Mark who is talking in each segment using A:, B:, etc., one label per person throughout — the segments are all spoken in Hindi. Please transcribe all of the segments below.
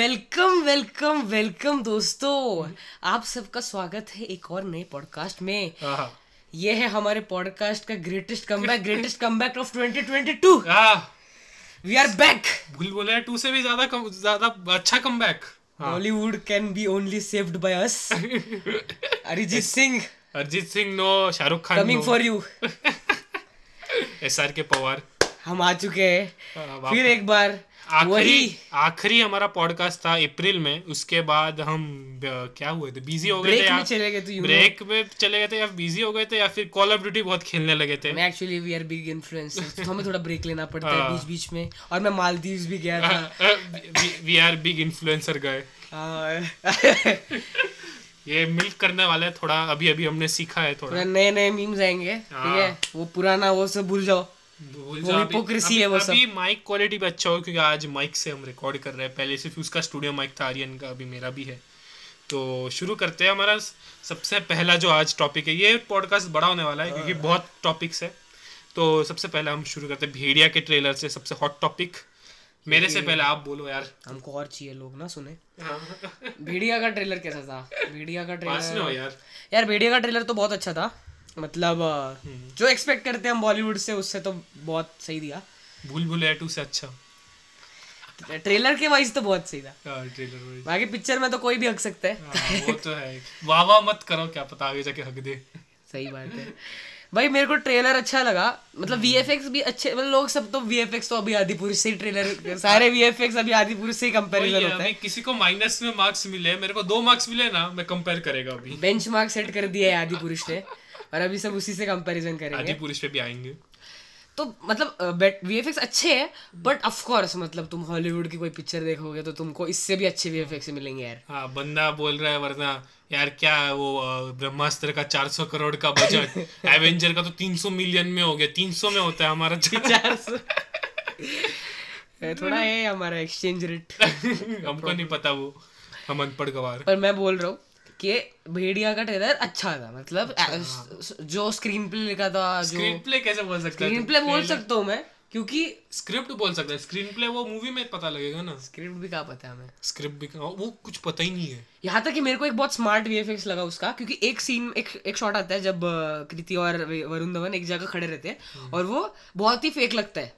A: वेलकम वेलकम वेलकम दोस्तों आप सबका स्वागत है एक और नए पॉडकास्ट में
B: हाँ
A: ये है हमारे पॉडकास्ट का greatest comeback greatest comeback of 2022
B: हाँ,
A: वी आर बैक
B: भूल बोले टू से भी ज्यादा कम ज्यादा अच्छा comeback
A: Bollywood can be only saved by us Arijit Singh
B: Arijit Singh no Shahrukh Khan
A: coming for you
B: S R K power
A: हम आ चुके हैं
B: हाँ,
A: फिर एक बार वही
B: आखिरी आखिरी हमारा पॉडकास्ट था अप्रैल में उसके बाद हम अ, क्या हुए थे बिजी हो गए थे
A: ब्रेक में
B: या
A: चले गए तो यू
B: ब्रेक में चले गए थे या बिजी हो गए थे या फिर कॉल ऑफ ड्यूटी बहुत खेलने लगे थे
A: मैं actually we are big influencers तो हमें थोड़ा ब्रेक लेना पड़ता है बीच बीच में और मैं मालदीव्स भी गया
B: हाँ,
A: था
B: वी आर बिग इन्फ्लुएंसर गए
A: और-
B: ये मिल्क करने वाला है थोड़ा अभी अभी हमने सीखा है थोड़ा
A: थोड़ा नए नए मीम्स आएंगे ठीक है
B: हाँ।
A: वो पुराना वो सब भूल जाओ
B: भूल
A: वो
B: जाओ अभी-
A: hypocrisy
B: अभी-
A: है वो सब।
B: अभी माइक क्वालिटी भी अच्छा हो क्योंकि आज माइक से हम रिकॉर्ड कर रहे हैं पहले सिर्फ उसका स्टूडियो माइक था आर्यन का अभी मेरा भी है तो शुरू करते हैं हमारा स- सबसे पहला जो आज टॉपिक है ये पॉडकास्ट बड़ा होने वाला है क्योंकि बहुत टॉपिक्स है तो सबसे पहले हम शुरू करते हैं भेड़िया के ट्रेलर से सबसे हॉट टॉपिक मेरे से पहले आप बोलो यार
A: हमको और चाहिए लोग ना सुने भेड़िया का ट्रेलर कैसा था भेड़िया का
B: पास में हो
A: ट्रेलर
B: यार
A: यार भेड़िया का ट्रेलर तो बहुत अच्छा था मतलब अ,
B: हम्म।
A: जो एक्सपेक्ट करते हैं हम बॉलीवुड से उससे तो बहुत सही दिया
B: भूल भुलैया टू से अच्छा
A: ट्रेलर के वाइज तो बहुत सही था
B: ट्रेलर
A: बाकी पिक्चर में तो कोई भी हक सकता है
B: वो तो है वाह वाह मत करो क्या पता आगे जाके हक दे
A: सही बात है भाई मेरे को ट्रेलर अच्छा लगा मतलब
B: हम्म।
A: वीएफएक्स भी अच्छे मतलब लोग सब तो वीएफएक्स तो अभी आदिपुरुष से ही ट्रेलर सारे वीएफएक्स अभी आदिपुरुष से ही
B: वही
A: कंपैरिजन
B: है,
A: होता है
B: अभी किसी को माइनस में मार्क्स मिले मेरे को दो मार्क्स मिले ना मैं कंपेयर करेगा अभी
A: बेंचमार्क सेट कर दिया है आदि पुरुष ने और अभी सब उसी से कंपैरिजन करेंगे
B: आदि पुरुष पे भी आएंगे
A: तो मतलब वीएफएक्स अच्छे हैं बट ऑफ कोर्स मतलब तुम हॉलीवुड की कोई पिक्चर देखोगे तो तुमको इससे भी अच्छे वीएफएक्स मिलेंगे यार
B: हाँ बंदा बोल रहा है वरना यार क्या है वो अ, ब्रह्मास्त्र का 400 करोड़ का बजट एवेंजर का तो 300 मिलियन में हो गया 300 में होता है हमारा चार-
A: चार सौ थोड़ा है हमारा एक्सचेंज रेट
B: हमको नहीं पता वो हम अनपढ़ गवार
A: पर मैं बोल रहा हूँ कि भेड़िया का ट्रेलर अच्छा था मतलब अ, स- जो स्क्रीन प्ले लिखा था जो
B: स्क्रीन प्ले कैसे बोल सकता है
A: स्क्रीन प्ले बोल सकता हूँ मैं क्योंकि
B: स्क्रिप्ट बोल सकता है स्क्रीन प्ले वो मूवी में पता लगेगा ना
A: स्क्रिप्ट भी क्या पता है हमें
B: स्क्रिप्ट भी हाँ, वो कुछ पता ही नहीं है
A: यहाँ तक कि मेरे को एक बहुत स्मार्ट वीएफएक्स लगा उसका क्योंकि एक सीन एक एक शॉट आता है जब अ, कृति और वे- वरुण धवन एक जगह खड़े रहते हैं और वो बहुत ही फेक लगता है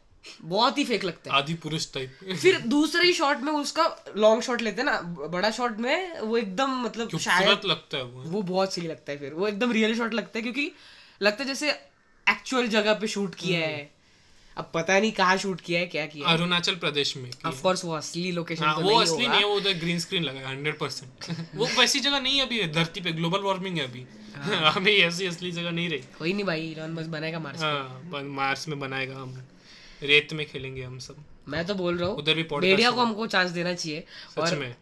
A: बहुत ही फेक लगता है
B: आदि पुरुष टाइप
A: फिर दूसरे ही शॉट में उसका लॉन्ग शॉट लेते हैं ना ब- बड़ा शॉट में वो एकदम मतलब शायद
B: खूबसूरत लगता है वो
A: वो बहुत सही लगता है फिर वो एकदम रियल शॉट लगता है क्योंकि लगता है जैसे एक्चुअल जगह पे शूट किया है
B: हम्म।
A: अब पता नहीं कहाँ शूट किया है क्या किया
B: अरुणाचल प्रदेश में
A: ऑफ कोर्स वो असली लोकेशन
B: हाँ,
A: तो
B: वो
A: नहीं
B: असली
A: होगा
B: नहीं है वो उधर ग्रीन स्क्रीन लगा हंड्रेड परसेंट वो वैसी जगह नहीं है अभी धरती पे ग्लोबल वार्मिंग है अभी
A: हाँ।
B: अभी ऐसी असली जगह नहीं रही
A: कोई नहीं भाई इलॉन मस्क बनाएगा मार्स
B: हाँ बन- मार्स में बनाएगा हम रेत में खेलेंगे हम सब
A: मैं तो बोल रहा हूँ
B: उधर भी पॉडकास्ट
A: मीडिया को हमको चांस देना चाहिए
B: सच में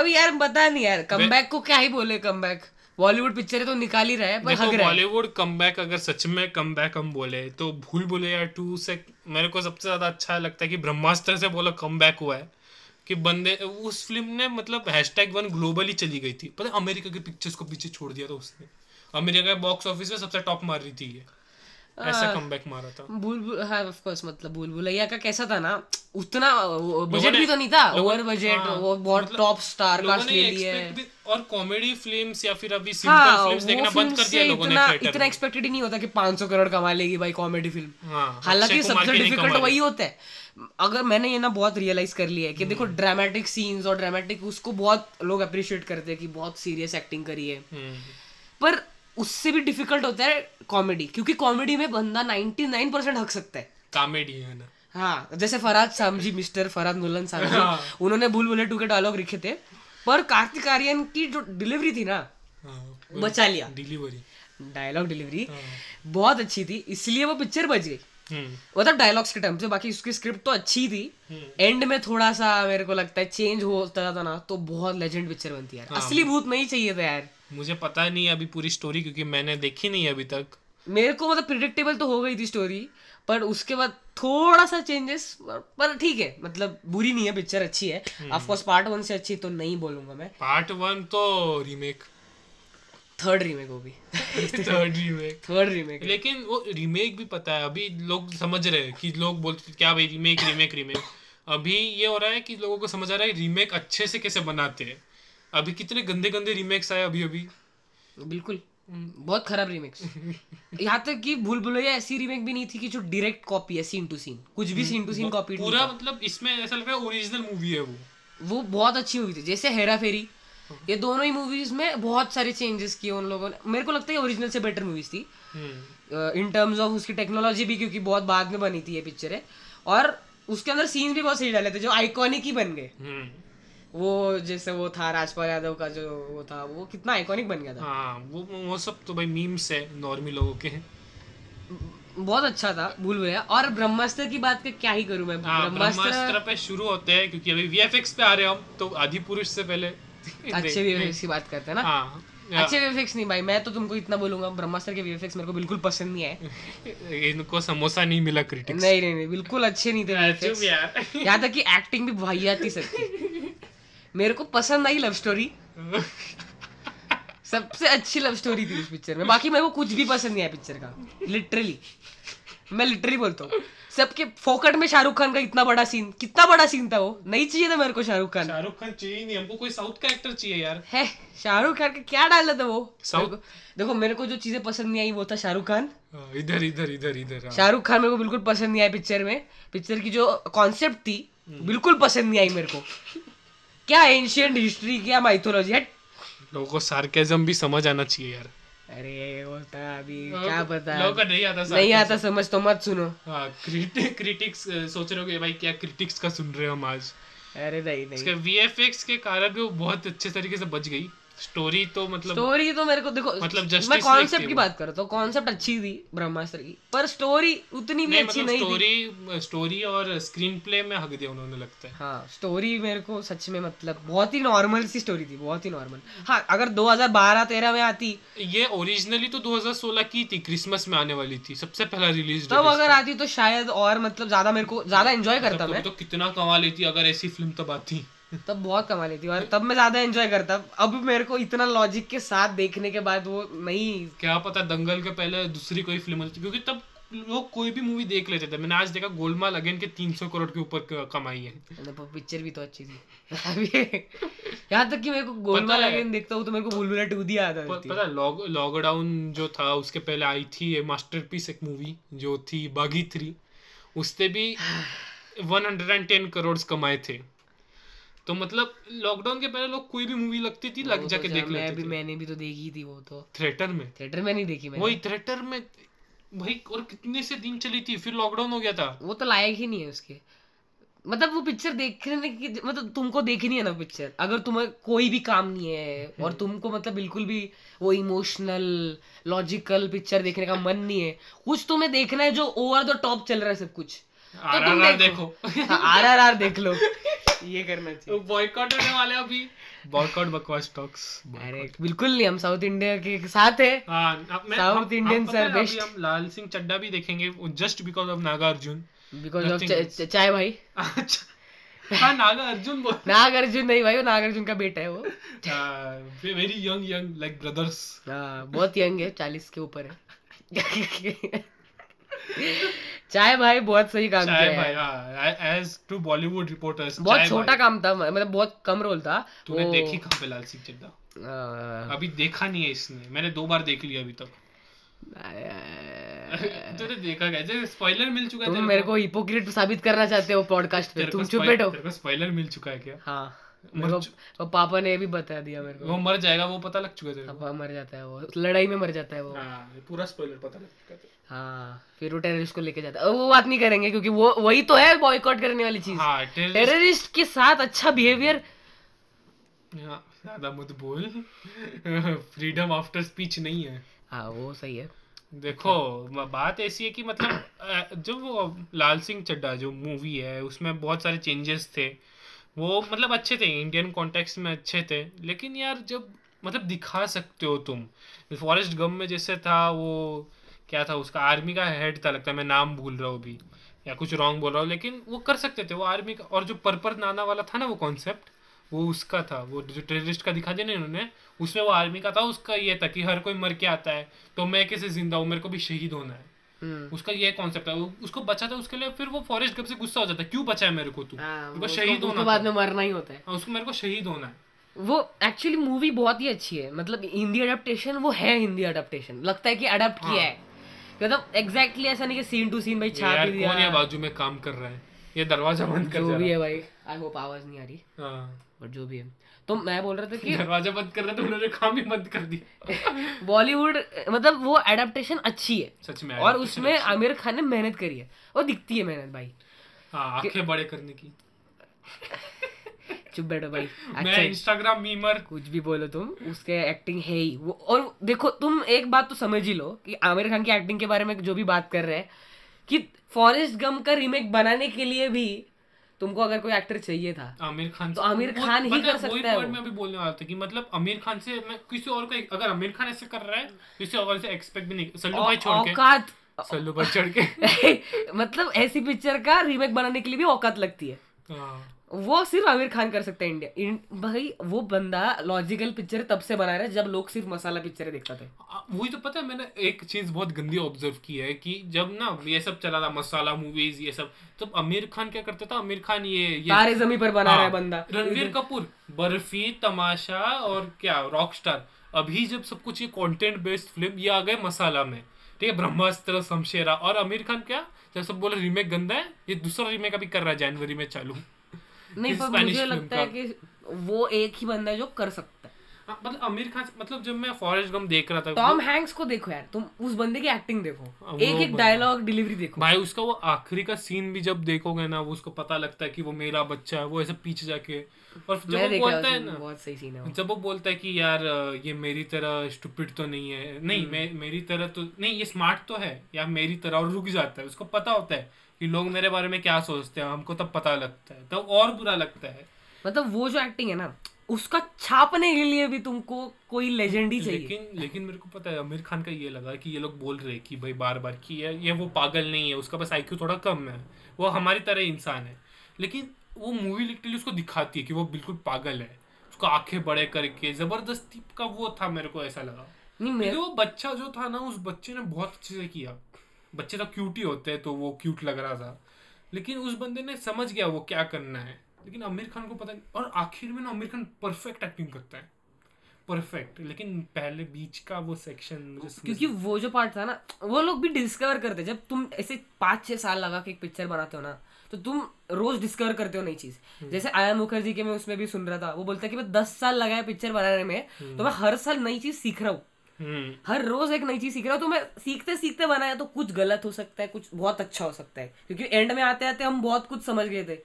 A: अब यार पता नहीं यार कमबैक को क्या ही बोले कमबैक बॉलीवुड पिक्चरें तो निकाल ही रहा है पर
B: देखो
A: हक रहा है
B: बॉलीवुड कमबैक अगर सच में कमबैक हम बोले तो भूल भुलैया टू से मेरे को सबसे ज्यादा अच्छा लगता है कि ब्रह्मास्त्र से बोला कमबैक हुआ है कि बंदे उस फिल्म ने मतलब हैशटैग वन ग्लोबली चली गई थी पता है अमेरिका की पिक्चर्स को पीछे छोड़ दिया था उसने अमेरिका के बॉक्स ऑफिस में सबसे टॉप मार रही थी ये ऐसा कमबैक मारा था
A: बुलबुल हाँ ऑफ कोर्स मतलब बुलबुलैया का कैसा था ना उतना बजट
B: ने- हाँ, मतलब
A: भी तो नहीं था ओवर बजट वो बहुत टॉप स्टार
B: लोगों
A: कास्ट
B: ने
A: ले लिए
B: एक्सपेक्ट भी और कॉमेडी फिल्म्स या फिर अभी
A: हाँ
B: सिंपल
A: वो
B: फिल्म्स देखना
A: फिल्म
B: बंद कर दिया
A: से
B: लोगों ने
A: इतना
B: थिएटर
A: इतना एक्सपेक्टेड ही नहीं होता कि 500 करोड़ कमा लेगी भाई कॉमेडी फिल्म
B: हाँ
A: हालांकि
B: अक्षय कुमार
A: सबसे
B: के नहीं
A: डिफिकल्ट
B: कमा
A: वही होता है अगर मैंने ये ना बहुत रियलाइज कर लिया है कि देखो
B: हम्म।
A: ड्रामेटिक सीन्स और ड्रामेटिक उसको बहुत लोग अप्रिशिएट करते हैं कि बहुत सीरियस एक्टिंग करी है
B: रहे। हम्म,
A: पर उससे भी डिफिकल्ट होता है कॉमेडी क्योंकि कॉमेडी में बंदा 99% हक सकता है
B: कॉमेडी है ना
A: हाँ जैसे फरहाद सामजी मिस्टर फरहाद मुलन
B: हाँ।
A: सामजी उन्होंने भूल भुले टू के डायलॉग लिखे थे पर कार्तिक आर्यन की जो डिलीवरी थी ना
B: हाँ
A: बचा लिया
B: डिलीवरी
A: डायलॉग डिलीवरी
B: हाँ।
A: बहुत अच्छी थी इसलिए वो पिक्चर बच गई
B: हम्म
A: मतलब डायलॉग्स के टाइम से बाकी उसकी स्क्रिप्ट तो अच्छी थी एंड में थोड़ा सा मेरे को लगता है चेंज होता था ना तो बहुत लेजेंड पिक्चर बनती यार असली भूत नहीं चाहिए था यार
B: मुझे पता नहीं है अभी पूरी स्टोरी क्योंकि मैंने देखी नहीं है अभी तक
A: मेरे को मतलब प्रिडिक्टेबल तो हो गई थी स्टोरी पर उसके बाद थोड़ा सा चेंजेस पर ठीक है मतलब बुरी नहीं है पिक्चर अच्छी है ऑफकोर्स पार्ट वन से अच्छी तो नहीं बोलूंगा मैं
B: पार्ट वन तो रीमेक
A: थर्ड रीमेक वो भी
B: थर्ड रीमेक
A: थर्ड रीमेक
B: लेकिन वो रीमेक भी पता है अभी लोग समझ रहे हैं कि लोग बोलते थे, क्या भाई रीमेक रीमेक रीमेक अभी ये हो रहा है कि लोगों को समझ आ रहा है रीमेक अच्छे से कैसे बनाते हैं अभी कितने गंदे गंदे रीमेक्स आए अभी अभी
A: बिल्कुल बहुत खराब रीमेक्स यहाँ तक कि भूल भुलैया ऐसी रीमेक भी नहीं थी कि जो डायरेक्ट कॉपी है सीन टू सीन कुछ भी सीन टू सीन कॉपी
B: पूरा मतलब इसमें ऐसा लग रहा है ओरिजिनल मूवी है वो
A: वो बहुत अच्छी मूवी थी जैसे हेरा फेरी ये दोनों ही मूवीज में बहुत सारे चेंजेस किए उन लोगों ने मेरे को लगता है ओरिजिनल से बेटर मूवीज थी
B: हम्म,
A: इन टर्म्स ऑफ उसकी टेक्नोलॉजी भी क्योंकि बहुत बाद में बनी थी ये पिक्चर है और उसके अंदर सीन्स भी बहुत सही डाले थे जो आइकॉनिक ही बन गए
B: हम्म
A: वो जैसे वो था राजपाल यादव का जो वो था वो कितना आइकॉनिक बन गया था
B: हाँ वो वो सब तो भाई मीम्स है नॉर्मल लोगों के
A: बहुत अच्छा था भूल भुलैया और ब्रह्मास्त्र की बात का क्या ही करूं मैं
B: हाँ
A: ब्रह्मास्त्र
B: ब्रह्मास्त्र पे शुरू होते हैं क्योंकि अभी वीएफएक्स पे आ रहे हैं हम तो आदि पुरुष से पहले
A: अच्छे वीएफएक्स की बात करते हैं ना
B: हाँ
A: अच्छे वीएफएक्स नहीं भाई मैं तो तुमको इतना बोलूंगा ब्रह्मास्त्र के वीएफएक्स मेरे को बिल्कुल पसंद नहीं आए
B: इनको समोसा नहीं मिला क्रिटिक्स
A: नहीं नहीं नहीं बिल्कुल अच्छे नहीं थे वीएफएक्स
B: यार
A: यहाँ तक कि एक्टिंग भी भैयाती सबकी मेरे को पसंद आई लव स्टोरी सबसे अच्छी लव स्टोरी थी उस पिक्चर में बाकी मेरे को कुछ भी पसंद नहीं आया पिक्चर का लिटरली मैं लिटरली बोलता हूँ सबके फोकट में शाहरुख खान का इतना बड़ा सीन कितना बड़ा सीन था वो नहीं चाहिए था मेरे को शाहरुख खान
B: शाहरुख खान चाहिए ही नहीं हमको कोई साउथ का एक्टर चाहिए यार
A: है शाहरुख खान का क्या डाला था वो
B: South-
A: मेरे को- देखो मेरे को जो चीजें पसंद नहीं आई वो था शाहरुख खान
B: हाँ, इधर इधर इधर इधर हाँ।
A: शाहरुख खान मेरे को बिल्कुल पसंद नहीं आया पिक्चर में पिक्चर की जो कॉन्सेप्ट थी बिल्कुल पसंद नहीं आई मेरे को क्या एंशियंट हिस्ट्री क्या माइथोलॉजी हट
B: लोगों को सार्केजम भी समझ आना चाहिए यार
A: अरे वो था अभी
B: लोगों
A: क्या
B: को-
A: पता
B: लोगों को नहीं आता हाँ,
A: नहीं आता समझ तो मत सुनो
B: क्रिटिक क्रिटिक्स सोच रहे होंगे भाई क्या क्रिटिक्स का सुन रहे हैं हम आज
A: अरे नहीं नहीं
B: इसके वीएफएक्स के कारण भी वो बहुत अच्छे तरीके से बच गई स्टोरी तो मतलब
A: स्टोरी तो मेरे को देखो
B: मतलब Justice
A: मैं
B: League
A: कॉन्सेप्ट
B: थी
A: की
B: वो।
A: बात करता हूँ कॉन्सेप्ट अच्छी थी ब्रह्मास्त्र की पर स्टोरी उतनी भी
B: नहीं
A: अच्छी
B: मतलब
A: नहीं थी
B: स्टोरी स्टोरी और स्क्रीन प्ले में हक दिया उन्होंने लगता है
A: हाँ स्टोरी मेरे को सच में मतलब बहुत ही नॉर्मल सी स्टोरी थी बहुत ही नॉर्मल हाँ अगर 2012-13 में आती
B: ये ओरिजिनली तो 2016 की थी क्रिसमस में आने वाली थी सबसे पहला रिलीज
A: तब अगर आती तो शायद और मतलब ज्यादा मेरे को ज्यादा एंजॉय करता मैं
B: तो कितना कमा लेती अगर ऐसी फिल्म तब आती
A: तब बहुत कमा लेती और तब मैं ज्यादा एंजॉय करता अब मेरे को इतना लॉजिक के साथ देखने के बाद वो नहीं
B: क्या पता दंगल के पहले दूसरी कोई फिल्म होती क्योंकि तब लोग कोई भी मूवी देख लेते थे मैंने आज देखा गोलमाल अगेन के 300 करोड़ के ऊपर क- कमाई है
A: पिक्चर भी तो अच्छी थी यहाँ तक कि मेरे को गोलमाल
B: पता है-
A: अगेन देखता हूँ तो मेरे को भूलभुलैया टू दी याद आ
B: प-
A: जाती है
B: पता लॉक लॉकडाउन जो था उसके पहले आई थी ये मास्टरपीस एक मूवी जो थी बागी थ्री उसने भी 110 करोड़ कमाए थे तो मतलब लॉकडाउन के पहले लोग कोई भी मूवी लगती थी लग
A: वो
B: जाके
A: तो
B: देख
A: जा- मैं
B: लेते
A: भी
B: थे
A: मैंने भी तो देखी थी वो तो
B: थिएटर में
A: थिएटर में नहीं देखी मैंने
B: वही थिएटर में भाई और कितने से दिन चली थी फिर लॉकडाउन हो गया था
A: वो तो लायक ही नहीं है उसके मतलब वो पिक्चर देखने की मतलब तुमको देखनी है ना पिक्चर अगर तुम्हें कोई भी काम नहीं है और तुमको मतलब बिल्कुल भी वो इमोशनल लॉजिकल पिक्चर देखने का मन नहीं है कुछ तुम्हें देखना है जो ओवर द टॉप चल रहा है सब कुछ हाँ, तो तुम
B: RRR
A: देखो।
B: देखो
A: आर आर आर देख लो ये करना चाहिए
B: बॉयकॉट होने वाले हैं अभी बॉयकॉट बकवास टॉक्स
A: अरे बिल्कुल नहीं हम साउथ इंडिया के साथ है South Indians are best.
B: हम लाल सिंह चड्डा भी देखेंगे just because of Nagarjuna
A: because of
B: Nothing else.
A: Chay भाई
B: अच्छा हाँ नागार्जुन बोल अच्छा,
A: नागार्जुन नहीं भाई वो नागार्जुन का बेटा है वो
B: very young young like brothers
A: हाँ बहुत यंग है चालीस के ऊपर है चाय भाई बहुत सही काम किया
B: चाय भाई
A: है
B: हाँ एज टू बॉलीवुड रिपोर्टर्स
A: बहुत छोटा काम था मतलब बहुत कम रोल था
B: तूने
A: वो,
B: देखी कहाँ पे लाल सिंह चड्डा
A: आ,
B: अभी देखा नहीं है इसने मैंने दो बार देख लिया अभी तक
A: आ,
B: तूने देखा कैसे स्पॉइलर मिल चुका है
A: तुम
B: तेरे
A: मेरे
B: को?
A: को हिपोक्रेट साबित करना चाहते हो पॉडकास्ट पे
B: तेरे को
A: तुम चुप
B: spoil-
A: बैठो
B: तेरे को स्पॉइलर मिल चुका है क्या
A: हाँ
B: मर
A: मेरे को वो पापा ने भी बता दिया मेरे को
B: वो मर जाएगा वो पता लग चुका है तेरे को
A: पापा मर जाता है वो लड़ाई में मर जाता है वो
B: हाँ, पूरा स्पॉइलर पता लग चुका है तेरे
A: हाँ फिर वो टेररिस्ट को लेके जाता है वो बात नहीं करेंगे क्योंकि वो वही तो है बॉयकॉट करने वाली
B: को।
A: चीज
B: हाँ terrorist-
A: टेररिस्ट के साथ अच्छा बिहेवियर
B: हाँ, ज्यादा मत बोल फ्रीडम आफ्टर स्पीच नहीं है
A: हाँ वो सही है
B: देखो म- बात ऐसी है कि मतलब अ, जो वो लाल सिंह चड्ढा जो मूवी है उसमें बहुत सारे चेंजेस थे वो मतलब अच्छे थे इंडियन कॉन्टेक्स्ट में अच्छे थे लेकिन यार जब मतलब दिखा सकते हो तुम फॉरेस्ट गम में जैसे था वो क्या था उसका आर्मी का हेड था लगता है मैं नाम भूल रहा हूँ अभी या कुछ रॉन्ग बोल रहा हूँ लेकिन वो कर सकते थे वो आर्मी का और जो पर्पर नाना वाला था ना वो कॉन्सेप्ट वो उसका था वो जो टेररिस्ट का दिखा दिया ना इन्होंने उसमें वो आर्मी का था उसका ये था कि हर कोई मर के आता है तो मैं कैसे जिंदा हूँ मेरे को भी शहीद होना है
A: हम्म
B: उसका ये कॉन्सेप्ट है वो उसको बचाता है उसके लिए फिर वो फॉरेस्ट गप से गुस्सा हो जाता है क्यों बचाया मेरे को तू
A: हाँ,
B: मेरे को
A: उसको
B: शहीद
A: उसको
B: होना
A: बाद
B: था।
A: में मरना ही होता है
B: हाँ, उसको मेरे को शहीद होना है
A: वो एक्चुअली मूवी बहुत ही अच्छी है मतलब हिंदी अडेप्टेशन वो है हिंदी अडेप्टेशन लगता है कि अडेप्ट
B: हाँ।
A: किया है मतलब एग्जैक्टली ऐसा नहीं कि सीन टू सीन भाई छाप
B: यार
A: ही
B: कौन
A: दिया
B: ये बाजू में काम कर रहा है ये दरवाजा बंद कर
A: जो
B: जा
A: भी
B: रहा है
A: है भाई आई होप आवाज नहीं आ रही
B: हाँ,
A: बट जो भी है तो मैं बोल रहा था कि
B: दरवाजा बंद कर रहा है तो उन्होंने काम ही बंद कर दिया
A: बॉलीवुड मतलब वो एडेप्टेशन अच्छी है
B: सच में
A: और उसमें आमिर खान ने मेहनत करी है और दिखती है मेहनत भाई
B: हाँ आंखें बड़े करने की
A: चुप बैठो भाई
B: मैं
A: अच्छा
B: इंस्टाग्राम मीमर
A: कुछ भी बोलो तुम उसके एक्टिंग है ही वो और देखो तुम एक बात तो समझ ही लो कि आमिर खान की एक्टिंग के बारे में जो भी बात कर रहे हैं कि फॉरेस्ट गम का रीमेक बनाने के लिए भी तुमको अगर कोई एक्टर चाहिए था
B: आमिर खान
A: तो आमिर
B: वो-
A: खान ही
B: पता
A: कर
B: वही
A: सकता है
B: point
A: वो।
B: मैं अभी बोलने वाला था कि मतलब आमिर खान से मैं किसी और का अगर आमिर खान ऐसे कर रहा है किसी और से एक्सपेक्ट भी नहीं सल्लू भाई
A: औ-
B: छोड़ के
A: औकात
B: सल्लू भाई छोड़ के
A: मतलब ऐसी पिक्चर का रीमेक बनाने के लिए भी औकात लगती है
B: हाँ,
A: वो सिर्फ आमिर खान कर सकता है इंडिया इन- भाई वो बंदा लॉजिकल पिक्चर तब से बना रहा है जब लोग सिर्फ मसाला पिक्चर देखते थे
B: आ- वही तो पता है मैंने एक चीज बहुत गंदी ऑब्जर्व की है कि जब ना ये सब चला था मसाला मूवीज ये सब तो आमिर खान क्या करता था आमिर खान ये ये
A: तारे जमी पर बना
B: हाँ,
A: रहा है बंदा हम्म।
B: रणवीर कपूर बर्फी तमाशा और क्या रॉकस्टार अभी जब सब कुछ ये कंटेंट बेस्ड फिल्म ये आ गए मसाला में ठीक है ब्रह्मास्त्र शमशेरा और आमिर खान क्या जब सब बोले रीमेक गंदा है ये दूसरा रीमेक अभी कर रहा है जनवरी में चालू
A: नहीं पर
B: Spanish
A: मुझे
B: film
A: लगता है
B: का।
A: कि वो एक ही बंदा है जो कर सकता है
B: हाँ, मतलब आमिर खान मतलब जब मैं फॉरेस्ट गम देख रहा था
A: टॉम हैंक्स को देखो यार तुम उस बंदे की एक्टिंग देखो
B: तो हाँ, वो
A: एक एक
B: बंदा।
A: डायलॉग डिलीवरी देखो
B: भाई उसका वो आखिरी का सीन भी जब देखोगे ना वो उसको पता लगता है कि वो मेरा बच्चा है वो ऐसे पीछे जाके और जब
A: मैं
B: वो
A: देखा
B: बोलता है
A: उसमें,
B: ना
A: बहुत सही सीन है वो।
B: जब वो बोलता है कि यार अ, ये मेरी तरह स्टूपिड तो नहीं है नहीं मैं मेरी तरह तो नहीं ये स्मार्ट तो है या मेरी तरह और रुक जाता है उसको पता होता है कि लोग मेरे बारे में क्या सोचते हैं हमको तब पता लगता है तब और बुरा लगता है
A: मतलब वो जो एक्टिंग है ना उसका छापने के लिए भी तुमको कोई लेजेंड ही चाहिए
B: लेकिन लेकिन मेरे को पता है आमिर खान का ये लगा कि ये लोग बोल रहे हैं कि भाई बार बार कि ये ये वो पागल नहीं है उसका बस आईक्यू थोड़ा कम है वो हमारी तरह इंसान है लेकिन वो मूवी लिटरली उसको दिखाती है कि वो बिल्कुल पागल है उसको आंखें बड़े करके जबरदस्ती का वो था मेरे को ऐसा लगा
A: नहीं
B: क्योंकि
A: मेरे
B: वो बच्चा जो था ना उस बच्चे ने बहुत अच्छे से किया बच्चे तो क्यूट ही होते हैं तो वो क्यूट लग रहा था लेकिन उस बंदे ने समझ गया वो क्या करना है लेकिन आमिर खान को पता नहीं और आखिर में ना आमिर खान परफेक्ट एक्टिंग करता है परफेक्ट लेकिन पहले बीच का वो सेक्शन मुझे समझ-
A: क्योंकि वो जो पार्ट था ना वो लोग भी डिस्कवर करते हैं। जब तुम ऐसे पाँच छह साल लगा के एक पिक्चर बनाते हो ना तो तुम रोज डिस्कवर करते हो नई
B: हम्म।
A: चीज जैसे आया मुखर्जी के मैं उसमें भी सुन रहा था वो बोलता है कि मैं दस साल लगाया पिक्चर बनाने में तो मैं हर साल नई चीज सीख रहा हूँ
B: हम्म
A: हर रोज एक नई चीज सीख रहा हूँ तो मैं सीखते सीखते बनाया तो कुछ गलत हो सकता है कुछ बहुत अच्छा हो सकता है क्योंकि एंड में आते आते हम बहुत कुछ समझ गए थे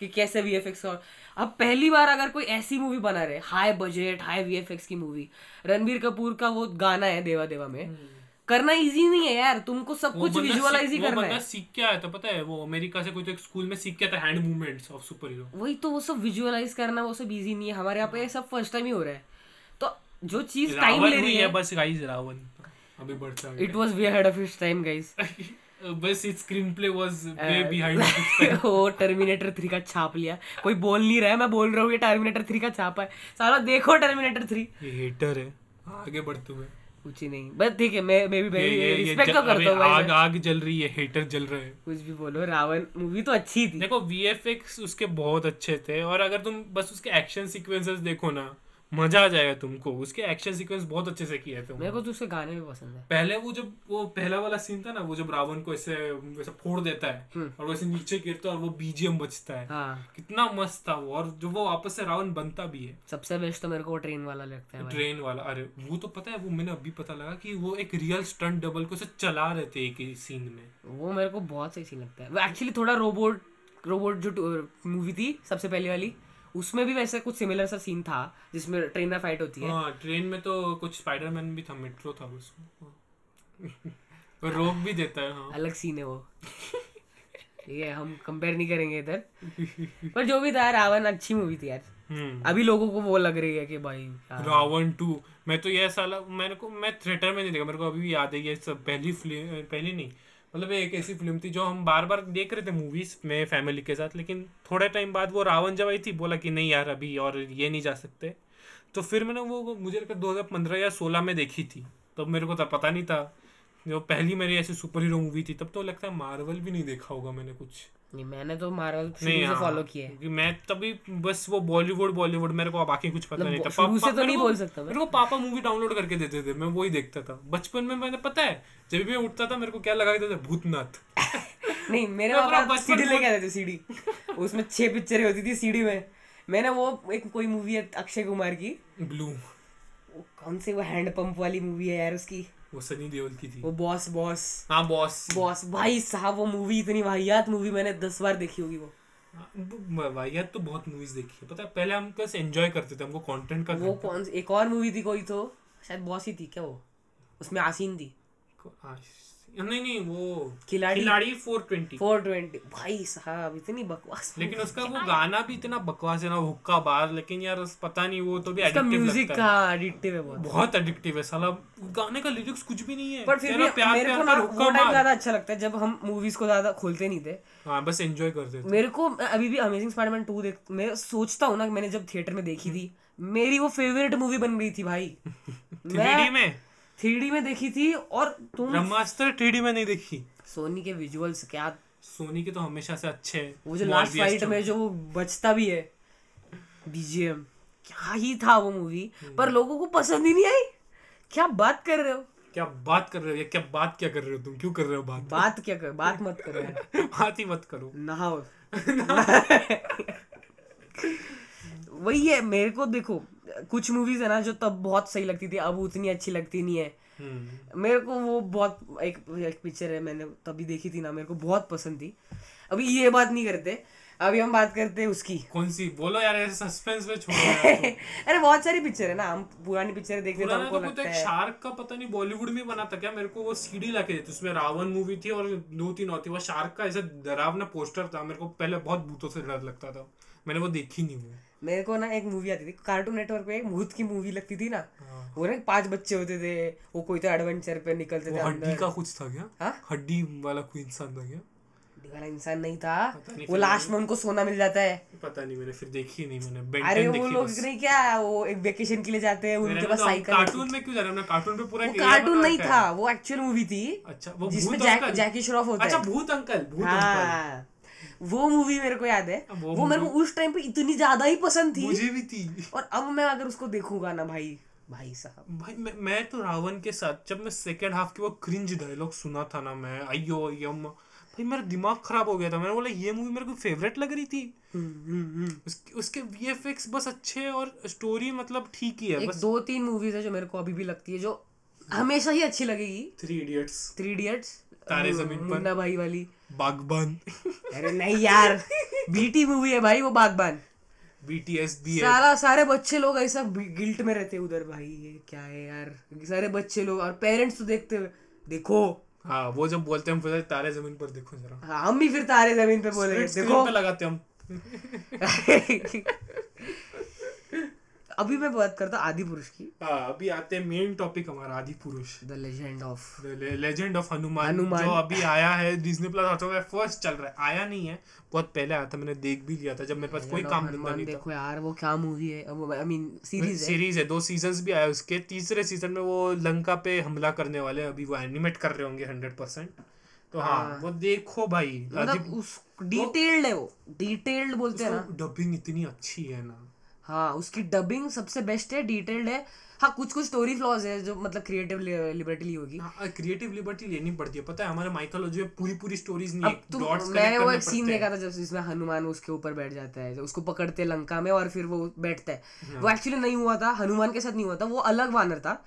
A: कि कैसे वी एफ एक्स और अब पहली बार अगर कोई ऐसी मूवी बना रहे high budget high V F X की मूवी रणबीर कपूर का वो गाना है देवा देवा में करना इजी नहीं है यार तुमको सब
B: हम्म। वो
A: कुछ
B: बंदा
A: विजुअलाइज ही
B: सीख- वो
A: करना
B: बंदा
A: है
B: सीख के आया था पता है वो अमेरिका से कोई तो एक स्कूल में सीख के आया था hand movements of superhero
A: वही तो वो सब विजुअलाइज करना वो सब इजी नहीं है हमारे यहाँ पे ये सब फर्स्ट टाइम ही हो रहा है तो जो चीज टाइम
B: रावण
A: ले रही
B: हुई है
A: है
B: बस गाइस रावण अभी बढ़ता
A: it was way ahead of its time guys
B: गया बस it screenplay was way
A: Uh,
B: behind
A: वो टर्मिनेटर थ्री का छाप लिया कोई बोल नहीं रहा है मैं बोल रहा हूँ ये टर्मिनेटर थ्री का छापा है सारा देखो टर्मिनेटर थ्री
B: ये हेटर है आगे बढ़ते हुए
A: कुछ ही नहीं बस ठीक है मैं मैं भी
B: ये- ये- ये
A: रिस्पेक्ट तो
B: जल-
A: करता हूँ
B: अबे
A: भाई
B: आग
A: मैं।
B: आग जल रही है हेटर जल रहे हैं
A: कुछ भी बोलो रावण मूवी तो अच्छी थी
B: देखो वीएफएक्स उसके बहुत अच्छे थे और अगर तुम बस उसके एक्शन सीक्वेंसेस देखो ना मजा आ जाएगा तुमको उसके एक्शन सीक्वेंस बहुत अच्छे से किए थे
A: मेरे
B: उन्होंने।
A: को तो उसके गाने भी पसंद है
B: पहले वो जब वो पहला वाला सीन था ना वो जब रावण को ऐसे वैसे फोड़ देता है और वैसे नीचे गिरता है और वो बीजीएम बजता है
A: हम्म। हाँ
B: कितना मस्त था वो और जो वो वापस से रावण बनता भी है
A: सबसे बेस्ट तो मेरे को ट्रेन वाला लगता है भाई
B: ट्रेन वाला अरे वो तो पता है वो मैंने अभी पता लगा कि वो एक रियल स्टंट डबल को से चला रहे थे एक ही सीन में
A: वो मेरे को बहुत सही सीन लगता है वो एक्चुअली थोड़ा रोबोट रोबोट जो मूवी थी सबसे पहली वाली उसमें भी वैसे कुछ सिमिलर सा सीन था जिसमें ट्रेन में फाइट होती है
B: हाँ ट्रेन में तो कुछ स्पाइडरमैन भी था मेट्रो था उसमें वो रोक भी देता है हाँ
A: अलग सीन है वो ये हम कंपेयर नहीं करेंगे इधर पर जो भी था रावण अच्छी मूवी थी यार
B: हम्म
A: अभी लोगों को वो लग रही है कि भाई यार,
B: रावण टू मैं तो ये साला मेरे को मैं थिएटर में नहीं देखा मेरे को अभी भी याद है ये सब पहली फिल्म पहली नहीं मतलब एक ऐसी फिल्म थी जो हम बार बार देख रहे थे मूवीज में फैमिली के साथ लेकिन थोड़े टाइम बाद वो रावण जब आई थी बोला कि नहीं यार अभी और ये नहीं जा सकते तो फिर मैंने वो मुझे लगता दो हज़ार पंद्रह या सोलह में देखी थी तब मेरे को तो पता नहीं था जो पहली मेरी ऐसी सुपर हीरो मूवी थी तब तो लगता है मार्वल भी नहीं देखा होगा मैंने कुछ
A: नहीं मैंने तो मार्वल
B: नहीं हाँ।
A: शुरू से फॉलो किया है
B: क्योंकि मैं तभी बस वो बॉलीवुड बॉलीवुड मेरे को बाकी कुछ पता
A: मतलब
B: नहीं था
A: बो- शुरू से
B: पापा-
A: तो नहीं
B: मेरे को-
A: बोल सकता मैं।
B: मेरे को पापा मूवी डाउनलोड करके देते थे मैं वही देखता था बचपन में मैंने पता है जब भी मैं उठता था मेरे को क्या लगा देते थे भूतनाथ
A: नहीं मेरे
B: मैं अपना
A: पापा
B: बचपन
A: सीडी
B: भूल-
A: लेके आते थे सीडी उसमें छह पिक्चरें होती थी सीडी में मैंने वो एक कोई मूवी है अक्षय कुमार की
B: ब्लू
A: वो कौन सी वो हैंडपंप वाली मूवी है यार उसकी
B: वो सनी देओल की थी
A: वो बॉस बॉस
B: हाँ बॉस
A: बॉस भाई साहब वो मूवी इतनी वाहियात मूवी मैंने दस बार देखी होगी वो
B: हाँ, यार तो बहुत मूवीज देखी है पता है पहले हम बस एंजॉय करते थे हमको कंटेंट का
A: वो कौन सी एक और मूवी थी कोई तो शायद बॉस ही थी क्या वो उसमें आसीन थी
B: आश- हाँ, नहीं नहीं वो
A: खिलाड़ी।
B: खिलाड़ी 420
A: फोर ट्वेंटी भाई साहब इतनी बकवास
B: लेकिन उसका वो गाना भी इतना बकवास है ना हुक्का बार लेकिन यार उस- पता नहीं वो तो भी
A: उसका
B: addictive
A: म्यूजिक
B: लगता है
A: का एडिक्टिव है बहुत
B: बहुत एडिक्टिव है साला गाने का लिरिक्स कुछ भी नहीं है
A: पर फिर भी
B: तेरा प्यार
A: मेरे को
B: प्यार
A: ना
B: का
A: वो
B: हुक्का
A: टाइम
B: मार
A: ज्यादा अच्छा लगता है जब हम मूवीज को ज्यादा खोलते नहीं थे
B: हाँ बस एंजॉय करते थे
A: मेरे को मैं अभी भी अमेजिंग स्पाइडरमैन 2 देख मैं सोचता हूँ ना कि मैंने जब थिएटर में देखी थी मेरी वो फेवरेट मूवी बन गई थी भाई
B: थ्री में
A: थ्री में देखी थी और तुम
B: ब्रह्मास्त्र थ्री में नहीं देखी
A: सोनी के विजुअल्स क्या
B: सोनी के तो हमेशा से अच्छे हैं
A: वो जो लास्ट
B: Morbius
A: फाइट
B: जो-
A: में जो वो बचता भी है बीजीएम क्या ही था वो मूवी पर लोगों को पसंद ही नहीं आई क्या बात कर रहे हो
B: क्या बात कर रहे हो ये क्या बात क्या कर रहे हो तुम क्यों कर रहे हो बात
A: बात क्या कर बात मत करो यार
B: बात ही मत करो
A: नहाओ वही है मेरे को देखो कुछ मूवीज है ना जो तब बहुत सही लगती थी अब उतनी अच्छी लगती नहीं है
B: हम्म,
A: मेरे को वो बहुत एक एक पिक्चर है मैंने तभी देखी थी ना मेरे को बहुत पसंद थी अभी ये बात नहीं करते अभी हम बात करते हैं उसकी
B: कौन सी बोलो यार ऐसे सस्पेंस में छोड़ो यार तुम।
A: अरे बहुत सारी पिक्चर है ना हम पुरानी पिक्चर देखते तो
B: पुराना
A: हमको
B: तो कुछ
A: लगता
B: एक
A: है
B: शार्क का पता नहीं बॉलीवुड में बना था क्या मेरे को वो सीडी लाके देती उसमें रावण मूवी थी और दो तीन और थी वो शार्क का ऐसा डरावना पोस्टर था मेरे को पहले बहुत भूतों से डर लगता था मैंने वो देखी नहीं वो
A: मेरे को ना एक मूवी आती थी कार्टून नेटवर्क पे एक भूत की मूवी लगती थी ना
B: हाँ।
A: वो ना पांच बच्चे होते थे वो कोई तो एडवेंचर पे निकलते थे
B: वो
A: अंदर
B: हड्डी का कुछ था क्या
A: हाँ?
B: हड्डी वाला कोई इंसान था क्या
A: हड्डी वाला इंसान नहीं था
B: पता नहीं
A: वो
B: फिर
A: लास्ट में उनको सोना मिल जाता है
B: पता नहीं मैंने फिर देखी नहीं मैंने बेन
A: अरे
B: टेन
A: वो
B: देखी
A: लोग
B: बस।
A: नहीं क्या वो एक वेकेशन के लिए जाते हैं
B: मैंने
A: उनके
B: बोला,
A: पास
B: हम
A: साइकिल होती
B: कार्टून में तो क्यों जा रहे हैं हमने कार्टून पे पूरा
A: है। वो
B: एक area
A: कार्टून
B: बना
A: नहीं
B: रखा
A: था
B: है।
A: वो एक्चुअल मूवी थी
B: अच्छा वो
A: जिसमें
B: भूत
A: जैक
B: अंकल
A: जैकी श्रॉफ होता
B: अच्छा
A: है
B: भूत अंकल भूत अंकल
A: हाँ वो मूवी मेरे को याद है
B: वो
A: वो मेरे को उस टाइम पे इतनी ज्यादा ही पसंद थी
B: मुझे भी थी
A: और अब मैं अगर उसको देखूंगा ना भाई भाई साहब
B: भाई मैं, मैं तो रावण के साथ जब मैं सेकेंड हाफ के वो क्रिंज डायलॉग सुना था ना मैं अयो यम भाई मेरा दिमाग खराब हो गया था मैंने बोला ये मूवी मेरे को फेवरेट लग रही थी उसके उसके वीएफएक्स बस अच्छे और स्टोरी मतलब ठीक ही है
A: एक
B: बस
A: दो तीन मूवीज है जो मेरे को अभी भी लगती है जो हमेशा ही अच्छी लगेगी
B: three idiots
A: three idiots
B: Taare Zameen पर।
A: मुन्ना भाई वाली
B: बागबान
A: अरे नहीं यार बीटी मूवी है भाई वो बागबान
B: बीटीएस भी है
A: सारा सारे बच्चे लोग ऐसा गिल्ट में रहते हैं उधर भाई ये क्या है यार सारे बच्चे लोग और पेरेंट्स तो देखते हुए देखो
B: हाँ वो जब बोलते हैं हम बोलते हैं, तारे जमीन पर देखो जरा
A: हाँ, हम भी फिर तारे जमीन पे बोले
B: Split screen पे लगाते हैं हम
A: देखो अभी मैं बात करता हूँ आदि पुरुष की
B: हाँ अभी आते हैं मेन टॉपिक हमारा Adipurush
A: the legend of
B: legend of Hanuman
A: Hanuman.
B: जो अभी आया है डिज्नी प्लस हॉटस्टार पे फर्स्ट चल रहा है आया नहीं है बहुत पहले आया था मैंने देख भी लिया था जब मेरे पास कोई काम धंधा
A: हनुमान
B: नहीं था
A: देखो यार वो क्या मूवी है आई मीन सीरीज है
B: सीरीज है दो सीजन भी आया उसके तीसरे सीजन में वो लंका पे हमला करने वाले हैं, अभी वो एनिमेट कर रहे होंगे हंड्रेड परसेंट तो हाँ वो देखो भाई
A: मतलब उस डिटेल्ड है वो डिटेल्ड बोलते हैं ना
B: डबिंग इतनी अच्छी है ना
A: हाँ उसकी डबिंग सबसे बेस्ट है डिटेल्ड है हाँ कुछ कुछ स्टोरी फ्लॉज है जो मतलब क्रिएटिव लिबर्टी ली होगी
B: हाँ, क्रिएटिव लिबर्टी लेनी पड़ती है पता है हमारे माइथोलॉजी में पूरी पूरी स्टोरीज नहीं
A: अब तो तुम
B: है dots
A: मैंने
B: connect
A: वो
B: करने
A: एक सीन
B: पड़ते हैं।
A: देखा था जब जिसमें हनुमान उसके ऊपर बैठ जाता है जब उसको पकड़ते हैं लंका में और फिर वो बैठता
B: हाँ।
A: है वो एक्चुअली नहीं हुआ था हनुमान के साथ नहीं हुआ था वो अलग वानर था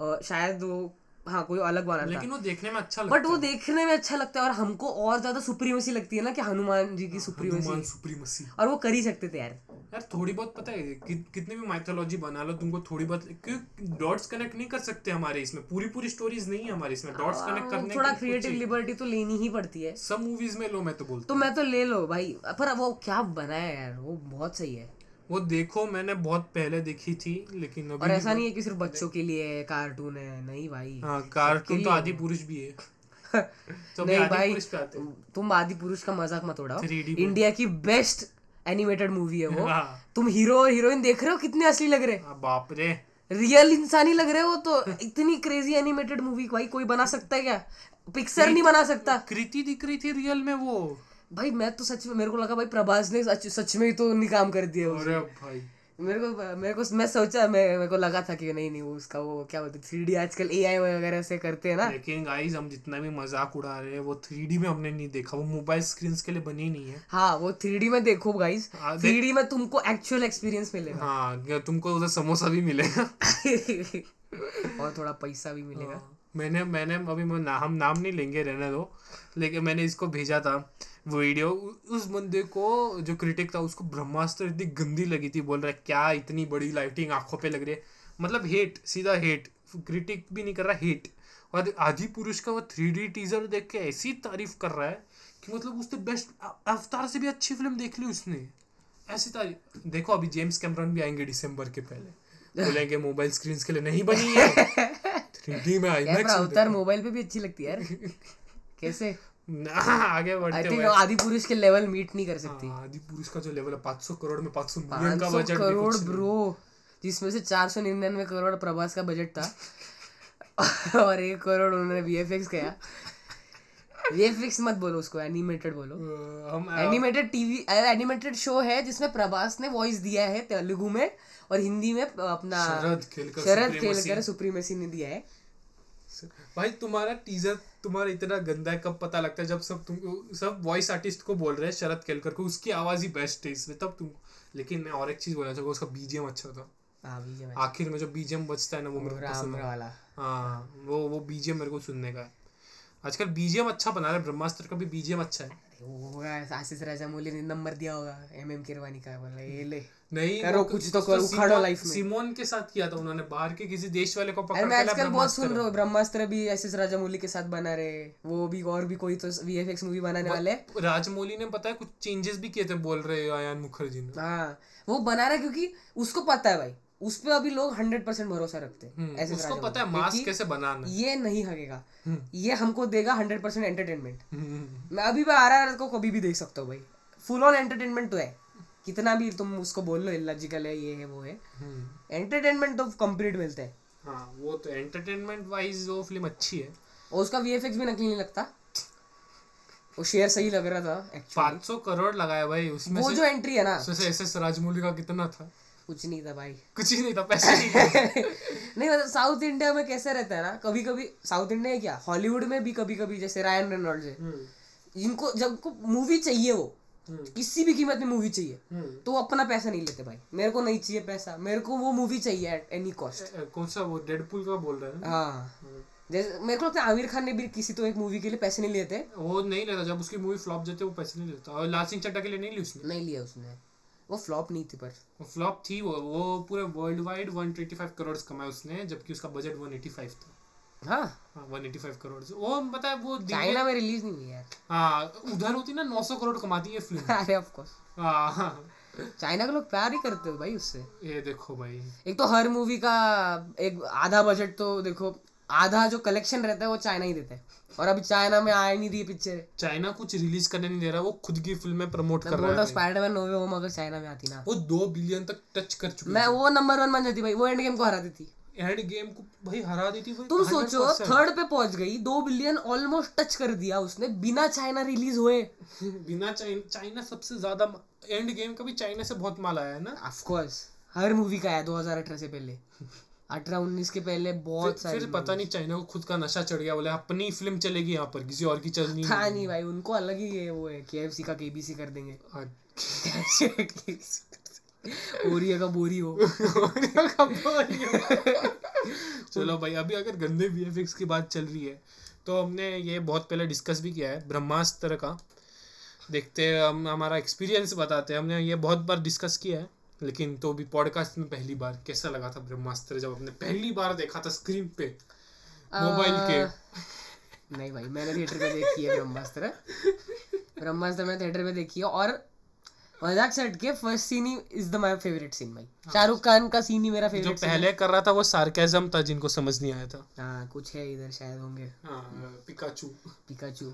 A: अ, शायद वो हाँ कोई अलग वानर था
B: लेकिन वो देखने में अच्छा लगता
A: बट वो देखने में अच्छा लगता है और हमको और ज्यादा सुप्रीमेसी लगती है ना कि हनुमान जी की
B: है हाँ, हनुमान
A: सुप्रीमेसी
B: सुप्रीमसी
A: और वो कर ही सकते थे यार
B: यार थोड़ी बहुत पता है कि, कितने भी माइथोलॉजी बना लो तुमको थोड़ी बहुत क्योंकि डॉट्स कनेक्ट नहीं कर सकते हमारे इसमें पूरी पूरी स्टोरीज नहीं है हमारे इसमें डॉट्स कनेक्ट करने
A: हाँ, थोड़ा
B: की
A: क्रिएटिव
B: कुछ-
A: लिबर्टी तो लेनी ही पड़ती है
B: सब मूवीज में लो मैं तो बोलता
A: तो मैं तो ले लो भाई पर वो क्या बनाया है यार वो बहुत सही है
B: हूँ। वो देखो मैंने बहुत पहले देखी थी लेकिन
A: और
B: अभी
A: ऐसा नहीं है कि सिर्फ बच्चों के लिए है कार्टून है नहीं भाई
B: हाँ कार्टून तो आदि पुरुष भी है तो अभी
A: नहीं
B: आदि
A: भाई
B: पुरुष पे आते हैं।
A: तुम आदि पुरुष का मजाक मत उड़ाओ
B: 3D
A: इंडिया की बेस्ट एनिमेटेड मूवी है वो
B: हाँ
A: तुम हीरो और हीरोइन देख रहे हो कितने असली लग रहे
B: हाँ, बाप रे
A: हैं। रियल इंसान ही लग रहे हो तो इतनी क्रेजी एनिमेटेड मूवी भाई कोई बना सकता है क्या पिक्सर
B: तो-
A: नहीं बना सकता
B: कृति दिख रही थी रियल में वो
A: भाई मैं तो सच में मेरे को लगा भाई प्रभास ने सच, सच में ही तो उन्हीं काम कर दिया उसे।
C: अरे भाई
A: मेरे को मेरे को मैं सोचा मैं मेरे को लगा था कि नहीं नहीं वो उसका वो क्या बोलते थ्री डी आजकल ए वगैरह से करते हैं ना
B: लेकिन गाइस हम जितना भी मजाक उड़ा रहे हैं वो थ्री में हमने नहीं देखा वो मोबाइल स्क्रीन के लिए बनी नहीं है
A: हाँ वो थ्री डी में देखो गाइस
B: हाँ,
A: थ्री डी में तुमको एक्चुअल एक्सपीरियंस मिलेगा
B: हाँ क्या तुमको उधर समोसा भी मिलेगा
A: और थोड़ा पैसा भी मिलेगा
B: हाँ, मैंने मैंने अभी मैं ना, हम नाम नहीं लेंगे रहने दो लेकिन मैंने इसको भेजा था वो वीडियो उ- उस बंदे को जो क्रिटिक था उसको ब्रह्मास्त्र इतनी गंदी लगी थी बोल रहा है क्या इतनी बड़ी लाइटिंग आंखों पे लग रही है मतलब हेट सीधा हेट क्रिटिक भी नहीं कर रहा हेट और आदि पुरुष का वो थ्री डी टीजर देख के ऐसी तारीफ कर रहा है कि मतलब उसने बेस्ट अवतार से भी अच्छी फिल्म देख ली उसने ऐसी तारीफ देखो अभी जेम्स कैमरन भी आएंगे दिसंबर के पहले बोलेंगे मोबाइल स्क्रीन के लिए नहीं बनी है थ्री डी में
A: यार पर
B: आईमैक्स
A: अवतार मोबाइल पे भी अच्छी लगती है यार कैसे
B: आगे
A: आई
B: बढ़ते
A: थिंक
B: हुए
A: आदि पुरुष के लेवल मीट नहीं कर सकती
B: हाँ, आदि पुरुष का जो लेवल है 500 करोड़ में 500 मिलियन का
A: 500
B: बजट
A: करोड़ ब्रो जिसमें से 499 करोड़ प्रभास का बजट था और एक करोड़ उन्होंने वीएफएक्स किया वीएफएक्स मत बोलो उसको एनिमेटेड बोलो
B: हम
A: एनिमेटेड टीवी एनिमेटेड शो है जिसमें प्रभास ने वॉइस दिया है तेलुगु में और हिंदी में अपना
B: शरद खेलकर
A: शरद
B: supremacy।
A: खेलकर सुप्रीमेसी ने दिया है
B: भाई तुम्हारा टीजर तुम्हारा इतना गंदा है कब पता लगता है जब सब तुम सब वॉइस आर्टिस्ट को बोल रहे हैं शरद केलकर को उसकी आवाज ही बेस्ट है इसमें तब तुम लेकिन मैं और एक चीज बोलना चाहूंगा उसका बीजीएम अच्छा था
A: हाँ भैया
B: आखिर में जो बीजीएम बचता है ना वो मेरे को
A: राम
B: पसंद है
A: वाला
B: हाँ वो वो बीजीएम मेरे को सुनने का है आजकल बीजीएम अच्छा बना रहा है ब्रह्मास्त्र का भी बीजीएम अच्छा है
A: वो होगा आशीष राजामौली ने नंबर दिया होगा एम एम किरवानी का बोला ये ले
B: नहीं
A: करो
B: वो-
A: कुछ तो
B: उसको
A: करो,
B: सिमोन-
A: उखाड़ो life में।
B: सिमोन के साथ किया था उन्होंने बाहर के किसी देश वाले को
A: अरे
B: पकड़
A: मैं
B: के लाया
A: आजकल बहुत सुन
B: ब्रह्मास्त्र।
A: रहा हूँ ब्रह्मास्त्र भी एस एस राजामौली के साथ बना रहे वो भी और भी कोई तो वीएफएक्स मूवी बनाने वाले हैं।
B: राजमौली ने पता है कुछ चेंजेस भी किए थे बोल रहे आयान मुखर्जी ने
A: हाँ वो बना रहा है क्योंकि उसको पता है भाई उस पे अभी लोग हंड्रेड परसेंट भरोसा रखते हैं
B: हम्म,
A: एस एस
B: उसको पता है मास्क कैसे बनाना है
A: ये नहीं हगेगा
B: हम्म।
A: ये हमको देगा हंड्रेड परसेंट एंटरटेनमेंट
B: हम्म,
A: मैं अभी भी आर आर को कभी भी देख सकता हूँ भाई फुल ऑन एंटरटेनमेंट तो है कितना भी तुम उसको बोल लो इलॉजिकल है ये है वो है
B: हम्म।
A: एंटरटेनमेंट तो कंप्लीट मिलता है
B: हाँ वो तो एंटरटेनमेंट वाइज वो फिल्म अच्छी है
A: और उसका वीएफएक्स भी नकली नहीं लगता वो शेयर सही लग रहा था एक्चुअली
B: 500 करोड़ लगाया भाई उसमें
A: वो
B: से
A: जो एंट्री है ना
B: उसमें से एस एस राजमौली का कितना था
A: कुछ नहीं था भाई
B: कुछ ही नहीं था पैसे नहीं थे।
A: नहीं मतलब साउथ इंडिया में कैसे रहता है ना कभी कभी साउथ इंडिया है क्या हॉलीवुड में भी कभी कभी जैसे रायन रेनॉल्ड्स है
B: हम्म,
A: इनको जब को मूवी चाहिए वो
B: हम्म,
A: किसी भी कीमत में मूवी चाहिए
B: हम्म।
A: तो वो अपना पैसा नहीं लेते भाई मेरे को नहीं चाहिए पैसा मेरे को वो मूवी चाहिए एट एनी कॉस्ट
B: अ, कौन सा वो डेडपुल का बोल रहे हैं ना?
A: हाँ जैसे मेरे को लगता है आमिर खान ने भी किसी तो एक मूवी के लिए पैसे नहीं लिए थे
B: वो नहीं लेता जब उसकी मूवी फ्लॉप जाती है वो पैसे नहीं लेता और लाल सिंह चड्ढा के लिए नहीं ली उसने
A: नहीं लिया उसने वो फ्लॉप नहीं थी पर
B: फ्लॉप थी वो वो पूरे वर्ल्ड वाइड 125 करोड़ कमाए उसने जबकि उसका बजट 185 था
A: हाँ
B: हाँ, 185 करोड़ वो पता है वो दिन में
A: चाइना में रिलीज नहीं हुई यार
B: हाँ उधर होती ना 900 करोड़ कमाती है फिल्म
A: अरे ऑफ कोर्स
B: हाँ, हाँ,
A: चाइना के लोग प्यार ही करते हो भाई उससे
B: ये देखो भाई
A: एक तो हर मूवी का एक आधा बजट तो देखो आधा जो कलेक्शन रहता है वो चाइना ही देता है और अभी चाइना में आया नहीं रही पिक्चर
B: चाइना कुछ रिलीज करने नहीं दे रहा वो खुद की फिल्में प्रमोट कर
A: बोल
B: रहा
A: रहा
B: है
A: स्पाइडरमैन नो वे होम अगर चाइना में आती ना
B: वो दो बिलियन तक टच कर चुकी
A: मैं वो नंबर वन बन जाती भाई वो एंड गेम को हरा देती
B: है एंड गेम को भाई हरा देती भाई
A: तुम
B: 100%।
A: सोचो थर्ड पे पहुंच गई दो बिलियन ऑलमोस्ट टच कर दिया उसने बिना चाइना रिलीज हुए
B: बिना चाइना चाइना सबसे ज्यादा एंड गेम का भी चाइना से बहुत माल आया है ना
A: ऑफ कोर्स हर मूवी का आया 2018 से पहले 18 19 के पहले बहुत सारी
B: फिर पता नहीं चाइना को खुद का नशा चढ़ गया बोले अपनी फिल्म चलेगी यहाँ पर किसी और की चलनी
A: था नहीं भाई उनको अलग ही है वो है केएफसी का केबीसी कर देंगे ओरिया का बोरी हो
B: चलो भाई अभी अगर गंदे वी की बात चल रही है तो हमने ये बहुत पहले डिस्कस भी किया है ब्रह्मास्त्र का देखते हैं हम हमारा एक्सपीरियंस बताते हैं हमने ये बहुत बार डिस्कस किया है लेकिन तो भी पॉडकास्ट में पहली बार कैसा लगा था ब्रह्मास्त्र जब हमने पहली बार देखा था स्क्रीन पे मोबाइल के
A: नहीं भाई मैंने थिएटर पे देखी है ब्रह्मास्त्र ब्रह्मास्त्र मैंने थिएटर पे देखी है और मजाक सेट के फर्स्ट सीन ही is the my favourite scene भाई शाहरुख खान का सीन ही मेरा
B: जो
A: फेवरेट
B: पहले कर रहा था वो सार्केजम था जिनको समझ नहीं आया था
A: हाँ कुछ है इधर शायद होंगे
B: हाँ पिकाचू
A: पिकाचू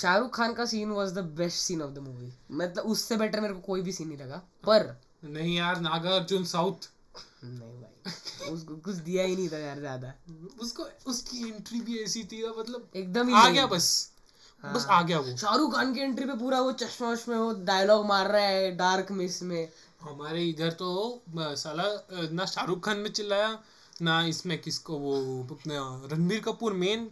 A: शाहरुख खान का scene was the best scene of the movie मतलब उससे बेटर मेरे को कोई भी सीन नहीं लगा पर
B: नहीं यार नागार्जुन साउथ
A: नहीं भाई उसको कुछ दिया ही नहीं था यार ज्यादा
B: उसको उसकी एंट्री भी ऐसी थी ना, मतलब
A: एकदम ही
B: आ
A: नहीं।
B: गया बस बस आ गया वो
A: शाहरुख खान की एंट्री पे पूरा वो चश्मा वश्मे वो डायलॉग मार रहा है डार्क मिस में
B: हमारे इधर तो अ, साला अ, ना शाहरुख खान ने चिल्लाया ना इसमें किसको वो अपना रणबीर कपूर मेन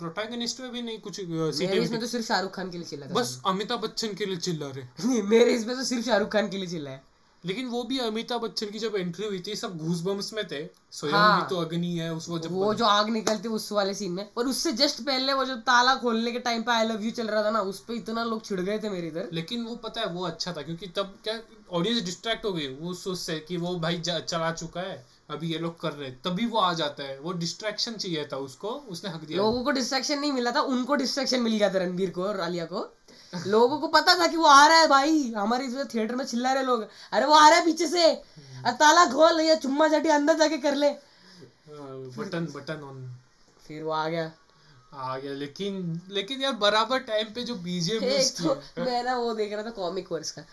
B: प्रोटैगनिस्ट में भी नहीं कुछ अ,
A: मेरे
B: सीटी
A: इसमें तो सिर्फ शाहरुख खान के लिए चिल्ला था
B: बस अमिताभ बच्चन के लिए चिल्ला रहे
A: नहीं मेरे इसमें तो सिर्फ शाहरुख खान के लिए चिल्ला है
B: लेकिन वो भी अमिताभ बच्चन की जब एंट्री हुई थी सब घूस में थे स्वयं
A: हाँ।
B: भी तो अग्नि है उस वो जब
A: वो जो आग निकलती है उस वाले सीन में और उससे जस्ट पहले वो जो ताला खोलने के टाइम पे आई लव यू चल रहा था ना उस पे इतना लोग छिड़ गए थे मेरे इधर
B: लेकिन वो पता है वो अच्छा था क्योंकि तब क्या ऑडियंस डिस्ट्रैक्ट हो गई वो सोच से कि वो भाई जा- चला चुका है अभी ये लोग कर रहे हैं तभी वो आ जाता है वो डिस्ट्रैक्शन चाहिए था उसको उसने हक दिया
A: लोगों को डिस्ट्रैक्शन नहीं मिला था उनको डिस्ट्रैक्शन मिल गया था रणबीर को और आलिया को लोगों को पता था कि वो आ रहा है भाई हमारे इसमें थिएटर में चिल्ला रहे लोग अरे वो आ रहा है पीछे से
B: Hmm.
A: अरे ताला खोल या चुम्मा चाटी अंदर जाके कर ले
B: हाँ, बटन बटन ऑन
A: फिर वो आ गया
B: आ गया लेकिन लेकिन यार बराबर टाइम पे जो बीजेम
A: एक तो
B: हाँ।
A: मैं ना वो देख रहा था कॉमिक वर्स का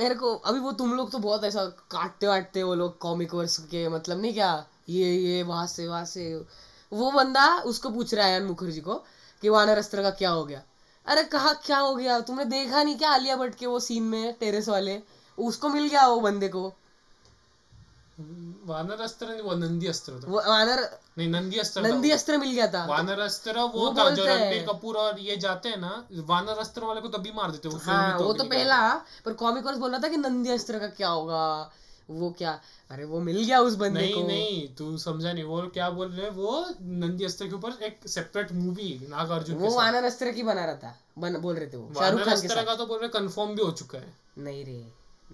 A: मेरे को अभी वो तुम लोग तो बहुत ऐसा काटते वाटते वो लोग कॉमिक वर्स के मतलब नहीं क्या ये ये वहां से वहां से वो बंदा उसको पूछ रहा है आयन मुखर्जी को कि वानर अस्त्र का क्या हो गया अरे कहा क्या हो गया तुमने देखा नहीं क्या आलिया भट्ट के वो सीन में टेरेस वाले उसको मिल गया वो बंदे को
B: वानर अस्त्र नहीं वो नंदी अस्त्र था
A: वो वानर
B: नहीं नंदी अस्त्र था
A: नंदी
B: वो।
A: अस्त्र मिल गया था
B: वानर अस्त्र वो
A: वो
B: था
A: बोलते
B: जो
A: हैं।
B: रणबीर कपूर और ये जाते हैं ना वानर अस्त्र वाले को तभी मार देते हैं, वो फिल्म
A: हाँ
B: भी
A: वो
B: अभी
A: तो
B: निकाली।
A: पहला पर कॉमिक वर्स बोल रहा था कि नंदी अस्त्र का क्या होगा वो क्या अरे वो मिल गया उस बंदे
B: नहीं
A: को
B: नहीं तू समझा नहीं वो क्या बोल रहे हैं, वो नंदी अस्त्र के ऊपर एक सेपरेट मूवी नागार्जुन के
A: वो
B: साथ
A: वानर अस्त्र की बना रहा था बन, बोल रहे थे वो शाहरुख
B: वानर
A: खान के
B: अस्त्र
A: साथ
B: का तो बोल रहे कंफर्म भी हो चुका है
A: नहीं रे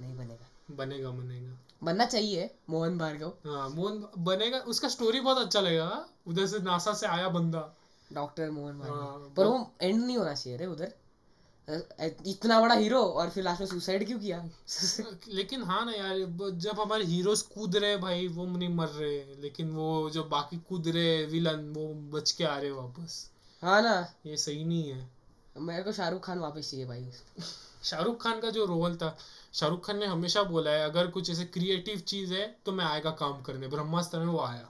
A: नहीं बनेगा
B: बनेगा बनेगा
A: बनना चाहिए मोहन भार्गव
B: हाँ मोहन बनेगा उसका स्टोरी बहुत अच्छा लगेगा उधर से नासा से आया बंदा
A: डॉक्टर मोहन भार्गव
B: हाँ,
A: पर वो एंड नहीं होना चाहिए रे उधर अ, इतना बड़ा हीरो और फिर लास्ट में सुसाइड क्यों किया
B: लेकिन हाँ ना यार वो जब हमारे हीरोज कूद रहे भाई वो नहीं मर रहे लेकिन वो जो बाकी कूद रहे विलन वो बच के आ रहे वापस
A: हाँ ना
B: ये सही नहीं है
A: मेरे को शाहरुख खान वापस चाहिए भाई
B: शाहरुख खान का जो रोल था शाहरुख खान ने हमेशा बोला है अगर कुछ ऐसे क्रिएटिव चीज है तो मैं आएगा काम करने ब्रह्मास्त्र में वो आया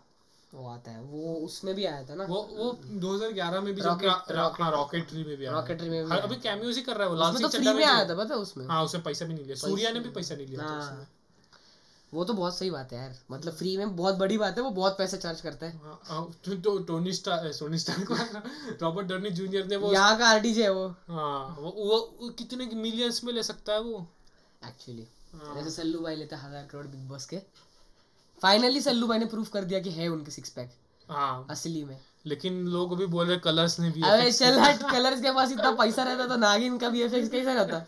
A: वो आता है वो उसमें भी आया था ना
B: वो वो 2011 में भी जब
A: Rocket-
B: रा- रा- हाँ, रॉकेटरी में भी आया
A: रॉकेटरी में भी
B: हाँ,
A: आया।
B: अभी कैमियोज ही कर रहा है वो लाल
A: उसमें तो
B: सिंह
A: फ्री
B: चड्ढा
A: में
B: में
A: आया
B: भी-
A: था पता है उसमें
B: हाँ उसे पैसा भी नहीं लिया सूर्या ने भी पैसा नहीं लिया था उसमें।
A: हाँ वो तो बहुत सही बात है यार मतलब फ्री में बहुत बड़ी बात है वो बहुत पैसा चार्ज करता है
B: हाँ, हाँ, तो- तो Tony Stark Tony Stark Robert Downey junior ने वो
A: यहाँ का आरडीजे है वो
B: हाँ वो वो वो कितने मिलियंस में ले सकता है वो
A: एक्चुअली जैसे सल्लू भाई लेता हजार करोड़ बिग बॉस के फाइनली सल्लू भाई ने प्रूव कर दिया कि है उनके सिक्स पैक
B: हाँ
A: असली में
B: लेकिन लोग अभी बोल रहे कलर्स ने भी
A: अबे चल हट कलर्स के पास इतना पैसा रहता तो नागिन का वीएफएक्स कैसा रहता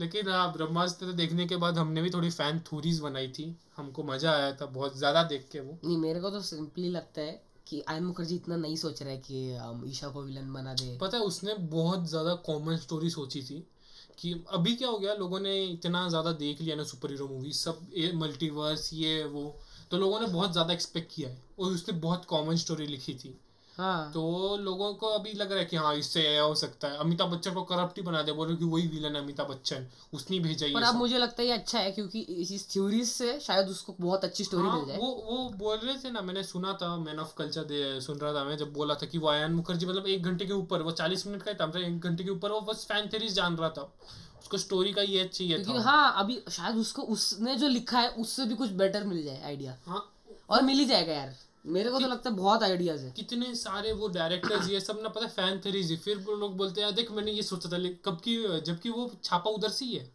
B: लेकिन हाँ ब्रह्मास्त्र देखने के बाद हमने भी थोड़ी फैन थ्योरीज बनाई थी हमको मजा आया था बहुत ज्यादा देख के वो
A: नहीं मेरे को तो सिंपली लगता है कि आयन मुखर्जी इतना नहीं सोच रहा है कि हम ईशा को विलन बना दे
B: पता है उसने बहुत ज्यादा कॉमन स्टोरी सोची थी कि अभी क्या हो गया लोगों ने इतना ज्यादा देख लिया ना सुपर हीरो मूवी सब ये मल्टीवर्स ये वो तो लोगों ने बहुत ज्यादा एक्सपेक्ट किया है और उसने बहुत कॉमन स्टोरी लिखी थी
A: हाँ
B: तो लोगों को अभी लग रहा है कि हाँ इससे ये हो सकता है अमिताभ बच्चन को करप्ट ही बना दिया बोलो कि वही विलन है अमिताभ बच्चन उसने ही भेजा ये
A: पर अब
B: सब।
A: मुझे लगता है ये अच्छा है क्योंकि इस- इस थ्योरी से शायद उसको बहुत अच्छी स्टोरी
B: हाँ,
A: मिल जाए
B: वो वो बोल रहे थे ना मैंने सुना था मैन ऑफ कल्चर दे सुन रहा था मैं जब बोला था कि वो आयन मुखर्जी मतलब एक घंटे के ऊपर वो चालीस मिनट का ही था मतलब एक घंटे के ऊपर वो बस फैन थेरीज जान रहा था उसको स्टोरी का ये चाहिए
A: क्योंकि
B: था
A: हाँ अभी शायद उसको उसने जो लिखा है उससे भी कुछ बेटर मिल जाए आइडिया
B: हाँ
A: और मिल ही जाएगा यार मेरे को तो लगता है बहुत आइडियाज है
B: कितने सारे वो डायरेक्टर्स ये सब ना पता फैन थेरीज फिर वो लोग बोलते हैं देख मैंने ये सोचा था लेकिन कब की जबकि वो छापा उधर से ही है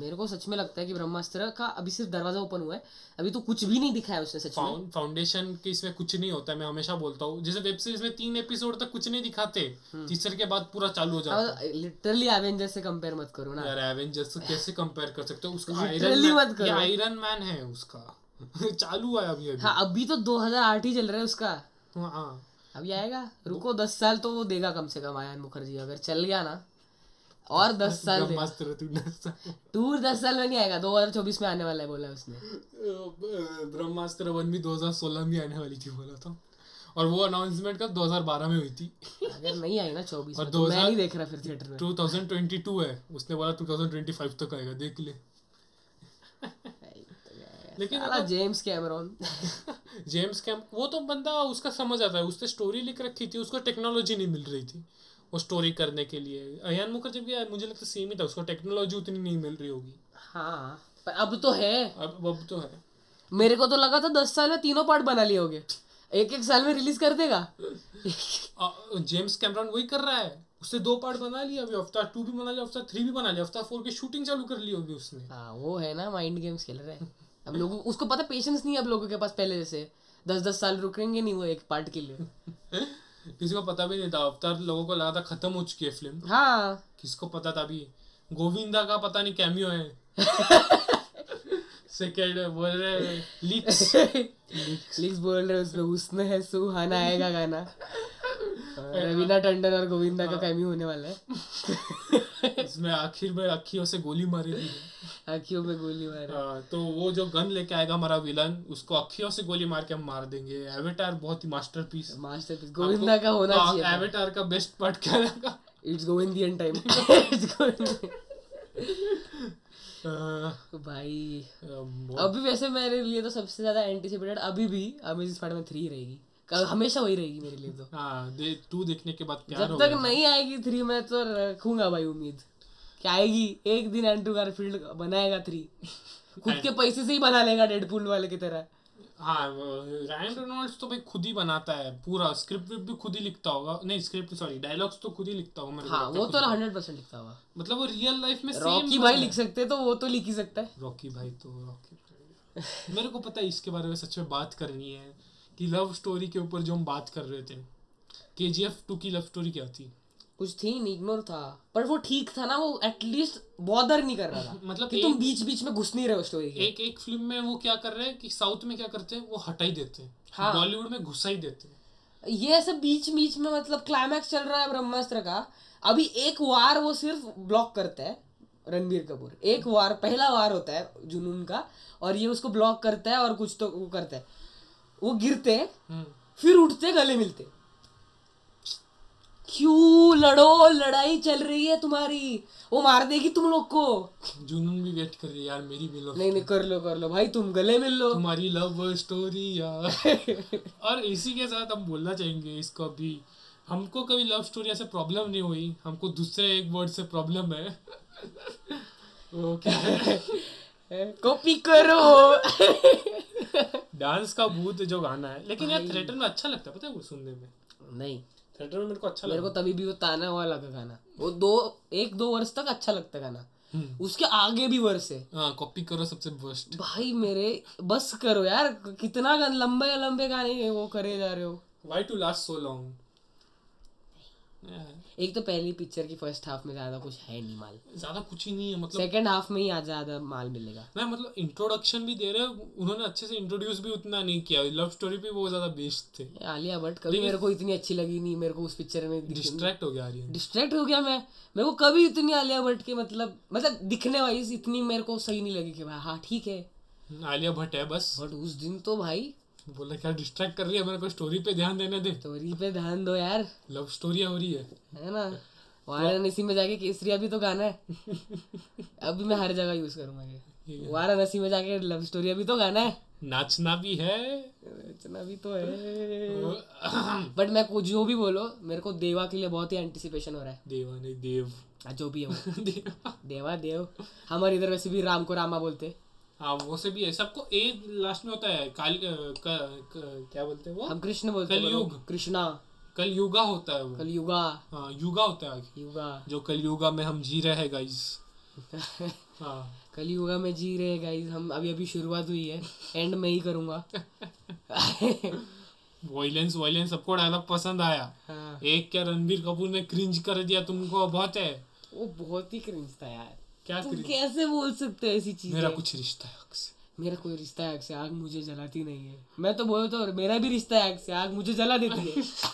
A: मेरे को सच में लगता है कि ब्रह्मास्त्र का अभी सिर्फ दरवाजा ओपन हुआ है अभी तो कुछ भी नहीं दिखाया उसने सच में
B: फाउं- फाउंडेशन के इसमें कुछ नहीं होता है मैं हमेशा बोलता हूँ जैसे वेब सीरीज में तीन एपिसोड तक कुछ नहीं दिखाते
A: हम्म।
B: तीसरे के बाद पूरा चालू हो जाता है
A: लिटरली एवेंजर्स से कंपेयर मत करो ना
B: यार एवेंजर्स
A: हाँ।
B: को कैसे कंपेयर कर सकते हो उसका
A: Literally मत
B: आयरन
A: करो।
B: आयरन मैन है उसका चालू है अभी अभी
A: हाँ अभी तो 2008 ही चल रहा है उसका
B: हाँ, हाँ
A: अभी आएगा रुको दस साल तो वो देगा कम से कम आयन मुखर्जी अगर चल गया ना और दस साल देगा
B: मस्त रहे तूने
A: टूर दस साल में नहीं आएगा 2024 में आने वाला है बोला है उसने
B: ब्रह्मास्त्र वन भी 2016 में आने वाली थी बोला था और वो अनाउंसमेंट कब 2012 में हुई थी
A: अगर नहीं आई ना 24
B: और
A: में तो मैं
B: 2000
A: नहीं देख रहा फिर थिएटर में
B: 2022 है उसने बोला 2025 तक आएगा देख ले
A: आई तो गया।
B: लेकिन
A: साला जेम्स कैमरॉन
B: जेम्स कैम्प वो तो बंदा उसका समझ आता है उसने स्टोरी लिख रखी थी उसको टेक्नोलॉजी नहीं मिल रही थी वो स्टोरी करने के लिए अयान मुखर्जी भी मुझे लगता है सेम ही था उसको टेक्नोलॉजी उतनी नहीं मिल रही होगी
A: हाँ पर अब तो है
B: अब अब तो है
A: मेरे को तो लगा था दस साल में तीनों पार्ट बना लिए होंगे एक एक साल में रिलीज कर देगा
B: आ, जेम्स कैमरॉन वही कर रहा है उसने दो पार्ट बना लिया अभी अवतार टू भी बना लिया अवतार थ्री भी बना लिया अवतार फोर की शूटिंग चालू कर ली होगी उसने
A: हाँ वो है ना माइंड गेम्स खेल रहे हैं अब लोगों उसको पता पेशेंस नहीं है अब लोगों के पास पहले जैसे दस दस साल रुकेंगे नहीं वो एक पार्ट के लिए
B: किसी को पता भी नहीं था अवतार लोगों को लगा था खत्म हो चुकी है फिल्म
A: हाँ
B: किसको पता था अभी गोविंदा का पता नहीं कैमियो है सेकेंड बोल रहे लीक्स
A: लिरिक्स बोल रहे हैं उसमें उसने है सुहाना आएगा गाना रवीना टंडन और गोविंदा का कैमी होने वाला है
B: इसमें आखिर में अखियों से गोली मारी दी है।
A: आंखियों में गोली मारे
B: हाँ, तो वो जो गन लेके आएगा हमारा विलन उसको अखियों से गोली मार के हम मार देंगे एवेटार बहुत ही मास्टरपीस
A: मास्टरपीस गोविंदा का होना चाहिए
B: एवेटार हाँ, का बेस्ट पार्ट क्या रहेगा
A: इट्स गोविंदियन टाइम इट्स
B: अह,
A: भाई
B: अम, वो-
A: अभी वैसे मेरे लिए तो सबसे ज्यादा एंटिसिपेटेड अभी भी अमेजिंग स्पाइडरमैन 3 रहेगी कल- हमेशा वही रहेगी मेरे लिए तो
B: हाँ दे टू देखने के बाद प्यार
A: जब
B: हो
A: तक
B: गया
A: नहीं आएगी 3 मैं तो रखूंगा भाई उम्मीद कि आएगी एक दिन एंड्रू गारफील्ड बनाएगा 3 खुद के पैसे से ही बना लेगा डेडपूल वाले की तरह
B: हाँ रायन रेनॉल्ड्स तो भाई खुद ही बनाता है पूरा स्क्रिप्ट भी खुद ही लिखता होगा नहीं स्क्रिप्ट सॉरी डायलॉग्स तो खुद ही लिखता होगा मेरे को
A: हाँ
B: लगता है
A: वो
B: खुद
A: तो
B: ही।
A: 100% लिखता हुआ
B: मतलब वो रियल लाइफ में सेम
A: रॉकी भाई लिख सकते हैं तो वो तो लिख ही सकता है
B: रॉकी भाई तो रॉकी भाई। मेरे को पता है इसके बारे में सच में बात करनी है कि लव स्टोरी के ऊपर जो हम बात कर रहे थे के जी एफ टू की लव स्टोरी क्या थी
A: कुछ थी नहीं इग्नोर था पर वो ठीक था ना वो एटलीस्ट बॉदर नहीं कर रहा था
B: मतलब
A: कि
B: एक-
A: तुम बीच बीच में घुस नहीं रहे हो स्टोरी के
B: एक एक फिल्म में वो क्या कर रहे हैं कि साउथ में क्या करते हैं वो हटा ही देते हैं
A: हाँ।
B: बॉलीवुड में घुसा ही देते हैं
A: ये ऐसे बीच बीच में मतलब क्लाइमैक्स चल रहा है ब्रह्मास्त्र का अभी एक वार वो सिर्फ ब्लॉक करता है रणबीर कपूर एक वार पहला वार होता है जुनून का और ये उसको ब्लॉक करता है और कुछ तो वो करता है वो गिरते हैं
B: हम्म।
A: फिर उठते गले मिलते क्यों लड़ो लड़ाई चल रही है तुम्हारी वो मार देगी तुम लोग को
B: जुनून भी वेट कर रही है यार मेरी भी love
A: नहीं नहीं कर लो कर लो भाई तुम गले मिल लो
B: तुम्हारी लव स्टोरी और इसी के साथ हम बोलना चाहेंगे इसको अभी हमको कभी लव स्टोरी ऐसे प्रॉब्लम नहीं हुई हमको दूसरे एक वर्ड से प्रॉब्लम है ओके
A: कॉपी करो
B: डांस का भूत जो गाना है लेकिन यार थिएटर में अच्छा लगता है पता है वो सुनने में
A: नहीं
B: थिएटर में मेरे को अच्छा
A: मेरे
B: लगता
A: को तभी भी वो ताना वाला का गाना वो दो एक दो वर्ष तक अच्छा लगता गाना
B: हम्म।
A: उसके आगे भी वर्ष है
B: हाँ कॉपी करो सबसे वर्स्ट
A: भाई मेरे बस करो यार कितना गन- लंबे लंबे गाने वो करे जा रहे हो
B: why to last so long
A: एक तो पहली पिक्चर की फर्स्ट हाफ में ज्यादा कुछ है नहीं माल
B: ज्यादा कुछ ही नहीं है मतलब
A: सेकंड हाफ में ही आज ज्यादा माल मिलेगा
B: ना मतलब इंट्रोडक्शन भी दे रहे हैं, उन्होंने अच्छे से इंट्रोड्यूस भी उतना नहीं किया लव स्टोरी पे वो ज्यादा बेस्ड थे
A: ये आलिया भट्ट कभी मेरे को इतनी अच्छी लगी नहीं मेरे को उस पिक्चर में
B: डिस्ट्रैक्ट हो गया आर्यन
A: डिस्ट्रैक्ट हो गया मैं मेरे को कभी इतनी आलिया भट्ट के मतलब मतलब दिखने वाइज इतनी मेरे को सही नहीं लगी कि भाई हाँ ठीक है
B: आलिया भट्ट है बस
A: बट उस दिन तो भाई
B: बोला क्या डिस्ट्रैक्ट कर रही है मेरे को स्टोरी पे ध्यान देने दे
A: स्टोरी पे ध्यान दो यार
B: लव स्टोरी हो रही है
A: है ना वाराणसी में जाके केसरिया भी तो गाना है अभी मैं हर जगह यूज करूंगा ये वाराणसी में जाके लव स्टोरी भी तो गाना है
B: नाचना भी है
A: इतना भी तो है बट मैं कुछ जो भी बोलो मेरे को देवा के लिए बहुत ही एंटिसिपेशन हो रहा है
B: देवा ने देव
A: आज जो भी है वो
B: देवा
A: देवा देव हमारे इधर वैसे भी राम को रामा बोलते हैं।
B: हाँ वो से भी है सबको ए लास्ट में होता है काल अ, क- क- क्या बोलते हैं वो
A: हम कृष्ण बोलते हैं,
B: कलयुग।
A: बोलो, कृष्णा
B: कल युगा होता है वो
A: कलयुगा
B: हाँ युगा होता है आगे
A: युगा
B: जो कल युगा में हम जी रहे हैं गाइस हाँ
A: कलयुगा में जी रहे गाइस हम अभी अभी शुरुआत हुई है एंड में ही करूंगा
B: वॉयलेंस वॉयलेंस सबको डायलॉग पसंद आया
A: हाँ
B: एक क्या रणबीर कपूर ने क्रिंज कर दिया तुमको बहुत है
A: वो बहुत ही क्रिंज था यार
B: क्या
A: तुम
B: क्रिंज
A: कैसे बोल सकते हो ऐसी चीज
B: मेरा कुछ रिश्ता है आग से।
A: मेरा कोई रिश्ता है आग से आग मुझे जलाती नहीं है मैं तो बोलता हूँ मेरा भी रिश्ता है आग से आग मुझे जला देती है
B: अच्छा।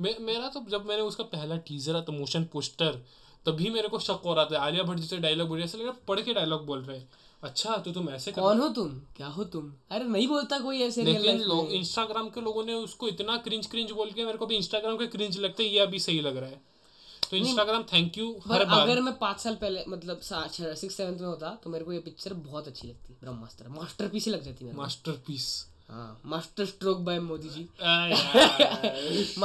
B: मे, मेरा तो जब मैंने उसका पहला टीजर आता मोशन पोस्टर तभी मेरे को शक हो रहा था आलिया भट्ट जैसे डायलॉग बोल रही है ऐसा लग रहा है पढ़ के डायलॉग बोल रहे हैं अच्छा तो तुम ऐसे कर
A: कौन हो तुम क्या हो तुम अरे नहीं बोलता कोई ऐसे रियल
B: लेकिन
A: लाइफ
B: लोग इंस्टाग्राम के लोगों ने उसको इतना क्रिंज क्रिंज बोल के मेरे को भी इंस्टाग्राम के क्रिंज लगते हैं ये अभी सही लग रहा है तो इंस्टाग्राम थैंक यू
A: पर
B: हर बार
A: अगर मैं पाँच साल पहले मतलब सिक्स सेवन्थ में होता तो मेरे को ये पिक्चर बहुत अच्छी लगती ब्रह्मास्त्र मास्टर पीस ही लग जाती मेरे को।
B: मास्टरपीस
A: हाँ masterstroke by Modi ji
B: आ,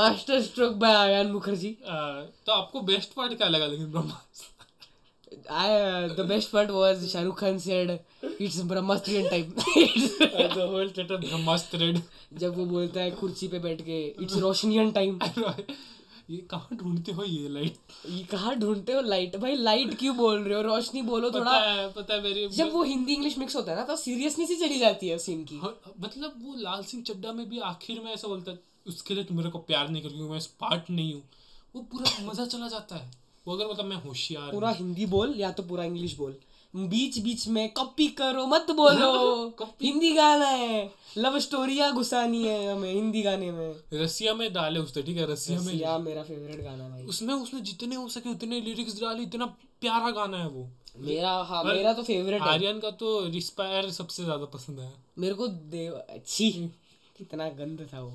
A: masterstroke by Ayan Mukerji
B: तो आपको बेस्ट पार्ट क्या लगा लेकिन Brahmastra
A: I, uh, the best part was Shahrukh Khan said it's Brahmastrian time.
B: The whole setup Brahmastra
A: जब वो बोलता है कुर्सी पे बैठ के इट्स रोशनियन टाइम
B: ये कहाँ ढूंढते हो ये लाइट
A: ये कहाँ ढूंढते हो लाइट भाई लाइट क्यों बोल रहे हो रोशनी बोलो तो
B: पता
A: थोड़ा
B: है पता है मेरे
A: जब वो हिंदी इंग्लिश मिक्स होता है ना तो सीरियसनेस ही चली जाती है सीन की
B: हाँ, मतलब वो लाल सिंह चड्डा में भी आखिर में ऐसा बोलता है उसके लिए तुम मेरे को प्यार नहीं करोगे मैं स्पार्ट नहीं हूँ वो पूरा मजा चला जाता है वो अगर मतलब मैं होशियार
A: पूरा हिंदी बोल या तो पूरा इंग्लिश बोल बीच बीच में कॉपी करो मत बोलो हिंदी गाना है लव स्टोरियाँ घुसानी है हमें हिंदी गाने में
B: हूँ। रसिया में डाले उसने ठीक है रसिया में
A: या मेरा फेवरेट गाना है भाई
B: उसमें उसने जितने हो सके उतने लिरिक्स डाले इतना प्यारा गाना है वो
A: मेरा हाँ मेरा तो फेवरेट है
B: आर्यन का तो रिस्पायर सबसे ज्यादा पसंद है
A: मेरे को देव अच्छी कितना गंद था वो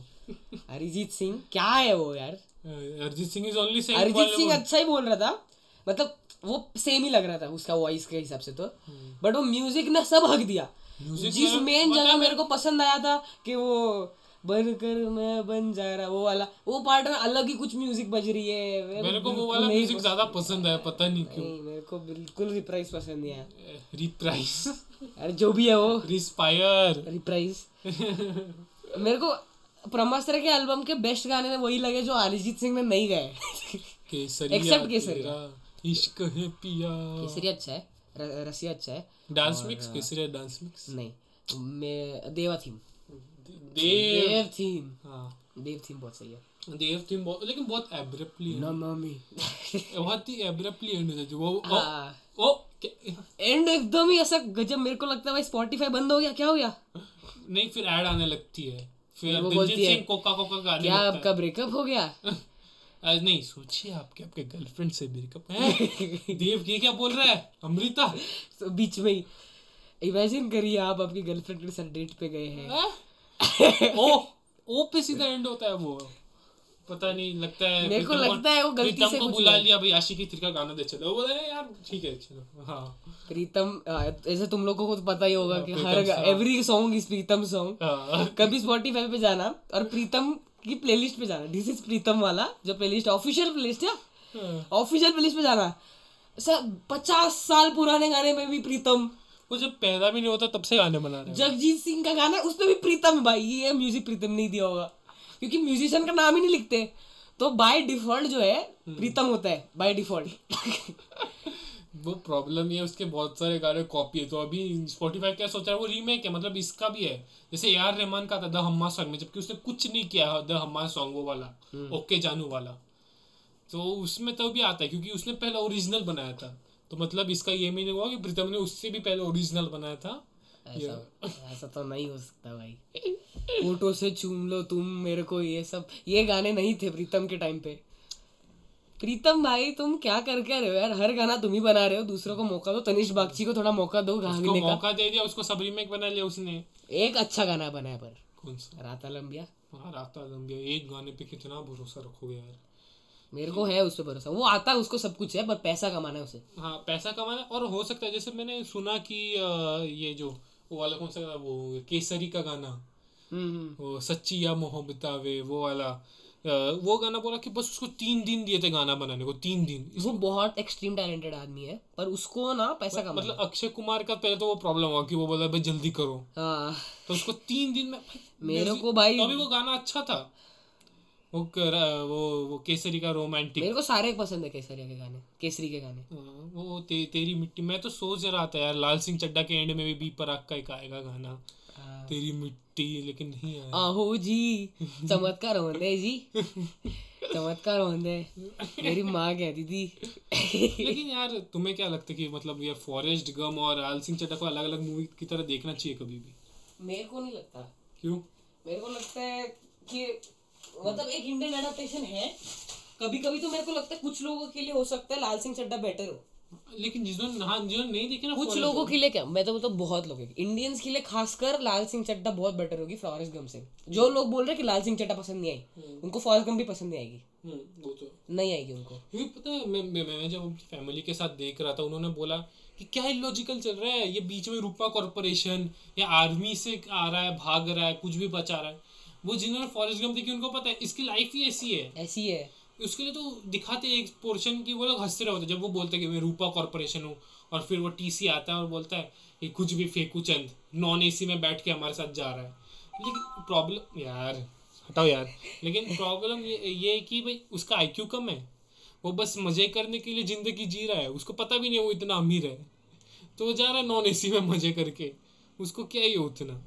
A: अरिजीत सिंह क्या है वो यार
B: अ, Arijit Singh is only saying
A: Arijit Singh अच्छा ही बोल रहा था मतलब वो सेम ही लग रहा था उसका वॉइस के हिसाब से तो
B: हम्म।
A: बट वो म्यूजिक ने सब हक दिया जिस मेन जगह मेरे को पसंद आया था कि वो बनकर मैं बन जा रहा वो वाला वो पार्ट में अलग ही कुछ म्यूजिक बज रही है
B: मेरे
A: तो
B: को वो वाला म्यूजिक ज्यादा पसंद है पता नहीं क्यों Eh,
A: नहीं, मेरे को बिल्कुल रिप्राइज पसंद नहीं आया
B: रिप्राइस
A: अरे जो भी है वो
B: रिस्पायर
A: रिप्राइज मेरे को ब्रह्मास्त्र के एल्बम के बेस्ट गाने में वही लगे जो अरिजीत सिंह ने नहीं गाए
B: केसरिया
A: Except केसरिया।
B: तेरा इश्क है पिया
A: केसरी अच्छा है र- रसिया अच्छा है
B: dance mix Kesariya dance mix
A: नहीं मैं देवा थीम
B: देव
A: देव थीम
B: हाँ
A: देव थीम बहुत सही है
B: देव थीम बहुत लेकिन बहुत एब्रप्टली
A: नमामि
B: बहुत ही एब्रप्टली एंड होता है जो वो ओ,
A: हाँ
B: ओ क्या-
A: एंड एकदम ही ऐसा गजब मेरे को लगता है भाई स्पॉटिफाई बंद हो गया क्या हो गया
B: नहीं फिर ऐड आने लगती है फिर
A: वो
B: दिलजीत
A: बोलती है,
B: सिंह कोका कोका गाने
A: क्या
B: लगता
A: आपका ब्रेकअप हो गया
B: है आज नहीं सोचिए आपके आपके गर्लफ्रेंड से ब्रेकअप है देव ये क्या बोल रहा है अमृता
A: तो बीच में ही इमेजिन करिए आप आपकी गर्लफ्रेंड के साथ डेट पे गए हैं
B: ओ ओ पे सीधा एंड होता है वो पता नहीं लगता है
A: मेरे को
B: प्रीतम को-
A: लगता है वो गलती
B: प्रीतम
A: से
B: को
A: कुछ
B: बुला
A: हुआ।
B: लिया भाई आशिकी थ्री का गाना दे चलो वो बोला "अरे यार ठीक है चलो हाँ
A: प्रीतम आ, ऐसे तुम लोगों को तो पता ही होगा कि हर
B: Pritam song।
A: Every song is Pritam song
B: हाँ
A: कभी स्पॉटिफाई पे जाना और प्रीतम की प्लेलिस्ट पे जाना दिस इज प्रीतम वाला जो प्लेलिस्ट ऑफिशियल प्लेलिस्ट है ऑफिशियल प्लेलिस्ट पे जाना सर पचास साल पुराने गाने में भी प्रीतम
B: वो जब पैदा भी नहीं होता तब से गाने बना रहे हैं
A: जगजीत सिंह का गाना है, उसमें भी प्रीतम है भाई ये म्यूजिक प्रीतम नहीं दिया होगा क्योंकि म्यूजिशियन का नाम ही नहीं लिखते तो बाय डिफॉल्ट जो है प्रीतम होता है बाय डिफॉल्ट
B: वो प्रॉब्लम ये है उसके बहुत सारे गाने कॉपी है तो अभी स्पॉटिफाई क्या सोच रहा है वो रीमेक है मतलब इसका भी है जैसे ए आर रहमान का था द हम्मा सॉन्ग में जबकि उसने कुछ नहीं किया है द हम्मा सॉन्ग वो वाला ओके जानू वाला तो उसमें तो भी आता है क्योंकि उसने पहले ओरिजिनल बनाया था तो मतलब इसका ये भी नहीं हुआ कि प्रीतम ने उससे भी पहले ओरिजिनल बनाया था
A: हाँ, ऐसा ऐसा तो नहीं हो सकता भाई फोटो से चूम लो तुम मेरे को ये सब ये गाने नहीं थे प्रीतम के टाइम पे प्रीतम भाई तुम क्या कर क्या रहे हो यार हर गाना तुम ही बना रहे हो दूसरों को मौका दो तनिष बागची को थोड़ा मौका दो
B: उसको
A: गाने का
B: मौका दे दिया उसको सब रीमेक बना लिया उसने
A: एक अच्छा गाना बनाया पर
B: कौन सा
A: राता लंबिया
B: हाँ रात लंबिया एक गाने पे कितना भरोसा रखोगे यार
A: मेरे को है उस पर भरोसा वो आता है उसको सब कुछ है पर पैसा कमाना है उसे
B: हाँ पैसा कमाना और हो सकता है जैसे मैंने सुना कि अ, ये जो वो वाला कौन सा था वो केसरी का गाना
A: हम्म
B: वो सच्ची या मोहब्बता वे वो वाला अ, वो गाना बोला कि बस उसको तीन दिन दिए थे गाना बनाने को तीन दिन
A: वो बहुत एक्सट्रीम टैलेंटेड आदमी है पर उसको ना पैसा कमाना
B: मतलब अक्षय कुमार का पहले तो वो प्रॉब्लम हुआ कि वो बोला भाई जल्दी करो
A: है। हाँ
B: तो उसको तीन दिन में
A: मेरे को भाई
B: अभी वो गाना अच्छा था वो कर- वो वो केसरी का रोमांटिक
A: मेरे को सारे पसंद है केसरिया के गाने केसरी के गाने
B: वो ते, तेरी मिट्टी मैं तो सोच रहा था यार लाल सिंह चड्डा के एंड में भी बी पराग का एक आएगा गाना
A: हाँ।
B: तेरी मिट्टी लेकिन नहीं आया
A: आहो जी चमत्कार होंदे जी चमत्कार होंदे मेरी माँ क्या दीदी
B: लेकिन यार तुम्हें क्या लगता है कि मतलब यार फॉरेस्ट गम और लाल सिंह चड्डा को अलग अलग मूवी की तरह देखना चाहिए कभी भी
A: मेरे को नहीं लगता
B: क्यों
A: मेरे को लगता है कि मतलब एक इंडियन एडाप्टेशन है कभी कभी तो मेरे को लगता है कुछ लोगों के लिए हो सकता है लाल सिंह चड्डा बेटर हो
B: लेकिन जिन्होंने हाँ जिन्होंने नहीं देखी ना
A: कुछ
B: Forrest
A: लोगों के लिए क्या मैं तो मतलब बहुत लोग इंडियंस के लिए खासकर लाल सिंह चड्डा बहुत बेटर होगी फॉरेस्ट गम से जो लोग बोल रहे हैं कि लाल सिंह चड्डा पसंद नहीं आई उनको फॉरेस्ट गम भी पसंद नहीं आएगी
B: Gump, हम्म, वो तो
A: नहीं आएगी उनको
B: क्योंकि पता है मैं, मैं, मैं जब अपनी फैमिली के साथ देख रहा था उन्होंने बोला कि क्या इलॉजिकल चल रहा है ये बीच में रूपा कॉरपोरेशन या आर्मी से आ रहा है भाग रहा है कुछ भी बचा रहा है वो जिन्होंने फॉरेस्ट गम देखी उनको पता है इसकी लाइफ ही ऐसी है
A: ऐसी है
B: उसके लिए तो दिखाते हैं एक पोर्शन की वो लोग हंसते रहे होते हैं, जब वो बोलते हैं कि मैं रूपा कॉरपोरेशन हूँ और फिर वो टीसी आता है और बोलता है कि कुछ भी फेंकू चंद नॉन एसी में बैठ के हमारे साथ जा रहा है लेकिन प्रॉब्लम यार हटाओ यार लेकिन प्रॉब्लम ये ये है कि भाई उसका आईक्यू कम है वो बस मज़े करने के लिए ज़िंदगी जी रहा है उसको पता भी नहीं है वो इतना अमीर है तो वो जा रहा है नॉन एसी में मज़े करके उसको क्या ही है उतना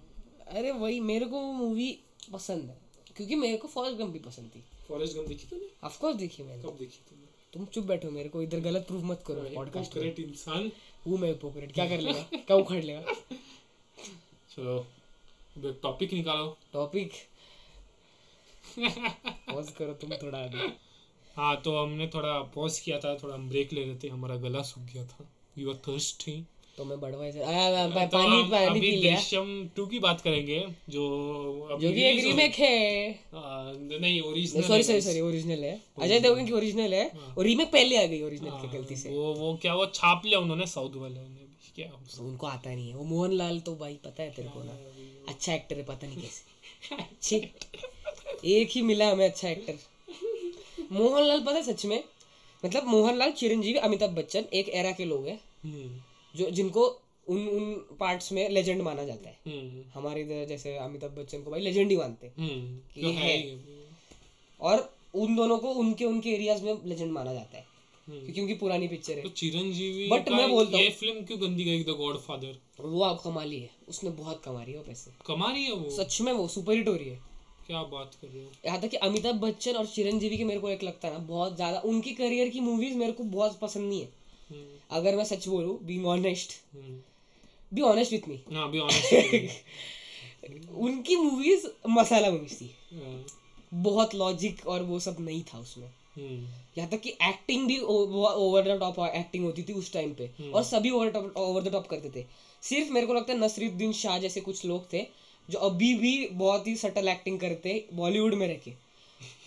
A: अरे वही मेरे को वो मूवी पसंद है क्योंकि मेरे को फॉरेस्ट गम भी पसंद थी
B: फॉरेस्ट गम देखी तूने
A: ऑफ कोर्स देखी मैंने
B: कब देखी तूने
A: तुम चुप बैठो मेरे को इधर गलत प्रूफ मत करो पॉडकास्ट में
B: Hypocrite इंसान
A: हूँ मैं पोकरेट क्या कर लेगा क्या उखड़ लेगा
B: चलो अब एक टॉपिक निकालो
A: टॉपिक पॉज करो तुम थोड़ा अभी
B: हाँ तो हमने थोड़ा पॉज किया था थोड़ा हम ब्रेक ले रहे थे हमारा गला सूख गया था वी वर थर्स्टी
A: तो मैं बड़वाई से आ, आ,
B: तो
A: पानी
B: हम
A: पानी
B: अभी
A: पी लिया
B: दृश्यम 2 की बात करेंगे जो अभी
A: जो कि एक
B: release हो-
A: रीमेक है
B: आ, नहीं हाँ। Original
A: sorry sorry sorry original है अजय देवगन की ओरिजिनल है और रीमेक पहले आ गई ओरिजिनल
B: हाँ।
A: की गलती से
B: वो वो क्या वो छाप लिया उन्होंने साउथ वाले ने भी, क्या
A: तो उनको आता नहीं है वो मोहन लाल तो भाई पता है तेरे को ना अच्छा एक्टर है पता नहीं कैसे छी, एक ही मिला हमें अच्छा एक्टर मोहन लाल पता है सच में मतलब मोहन लाल चिरंजीवी अमिताभ बच्चन एक एरा के लोग हैं
B: हम्म
A: जो जिनको उन उन पार्ट्स में लेजेंड माना जाता है
B: हम्म
A: हमारे इधर जैसे अमिताभ बच्चन को भाई लेजेंड ही मानते हैं
B: हम्म
A: कि
B: तो
A: है।
B: है ही।
A: और उन दोनों को उनके उनके एरियाज में लेजेंड माना जाता है क्योंकि उनकी पुरानी पिक्चर है
B: हम्म, तो चिरंजीवी
A: But
B: का
A: मैं बोलता
B: ये फिल्म क्यों गंदी गई द गॉडफादर
A: वो आप कमा ली है उसने बहुत कमा रही है वो पैसे
B: कमा रही है वो
A: सच में वो सुपर हिट हो रही है
B: क्या बात कर रहे हो
A: यहाँ तक कि अमिताभ बच्चन और चिरंजीवी के मेरे को एक लगता है ना बहुत ज़्यादा उनकी करियर की मूवीज मेरे को बहुत पसंद नहीं है
B: हम्म,
A: अगर मैं सच बोलूँ बींग ऑनेस्ट
B: हम्म।
A: बी ऑनेस्ट विथ मी
B: हाँ अभी ऑनेस्ट
A: उनकी मूवीज मसाला मूवीज थी बहुत लॉजिक और वो सब नहीं था उसमें यहाँ तक कि एक्टिंग भी ओवर द टॉप एक्टिंग होती थी उस टाइम पे और सभी over top over the top करते थे सिर्फ मेरे को लगता है नसरुद्दीन शाह जैसे कुछ लोग थे जो अभी भी बहुत ही सटल एक्टिंग करते बॉलीवुड में रह के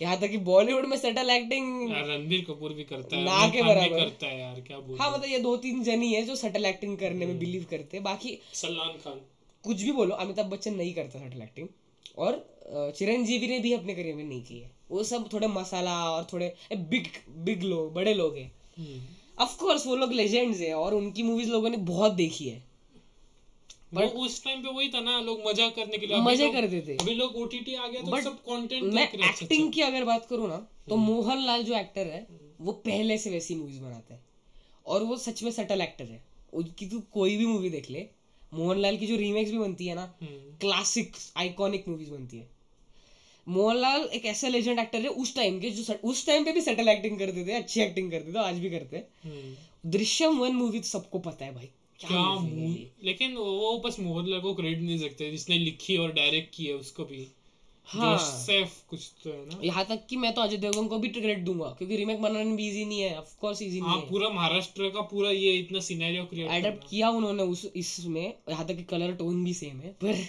A: यहाँ तक कि बॉलीवुड में सटल एक्टिंग
B: यार रणबीर कपूर भी करता है
A: ना
B: आमिर
A: के
B: खान भी
A: बराबर।
B: करता है यार क्या बोल
A: हाँ मतलब ये दो तीन जन ही है जो सटल एक्टिंग करने में बिलीव करते हैं बाकी
B: सलमान खान
A: कुछ भी बोलो अमिताभ बच्चन नहीं करता सटल एक्टिंग और अ, चिरंजीवी ने भी अपने करियर में नहीं की है वो सब थोड़े मसाला और थोड़े बिग बिग लोग बड़े लोग हैं ऑफ कोर्स वो लोग लेजेंड्स हैं और उनकी मूवीज लोगों ने बहुत देखी है
B: वो उस टाइम पे वही था ना लोग मजा करने के लिए अभी
A: मजे
B: लोग-
A: करते थे
B: अभी लोग ओटीटी आ गया तो
A: But
B: सब कंटेंट
A: मैं
B: देख रहे हैं
A: एक्टिंग की अगर बात करूँ ना तो मोहन लाल जो एक्टर है वो पहले से वैसी मूवीज बनाता है और वो सच में सटल एक्टर है उनकी तू कोई भी मूवी देख ले मोहन लाल की जो रीमेक्स भी बनती है ना
B: हम्म,
A: क्लासिक आइकॉनिक मूवीज बनती है मोहन लाल एक ऐसा लेजेंड एक्टर है उस टाइम के जो सट- उस टाइम पे भी सटल एक्टिंग करते थे अच्छी एक्टिंग करते थे आज भी करते हैं
B: हम्म।
A: दृश्यम वन मूवी तो सबको पता है भाई
B: क्या
A: क्या movie है ये।
B: मूवी लेकिन वो बस मोहनलाल को क्रेडिट नहीं दे सकते जिसने लिखी और डायरेक्ट की है उसको भी
A: हाँ।
B: जोसेफ कुछ तो है ना
A: यहाँ तक कि मैं तो अजय देवगन को भी क्रेडिट दूंगा क्योंकि रीमेक बनाना भी इजी नहीं है ऑफ कोर्स इजी
B: हाँ
A: नहीं है
B: पूरा महाराष्ट्र का पूरा ये इतना सिनेरियो क्रिएट
A: अडेप्ट किया उन्होंने उस इसमें यहाँ तक कि कलर टोन भी सेम है पर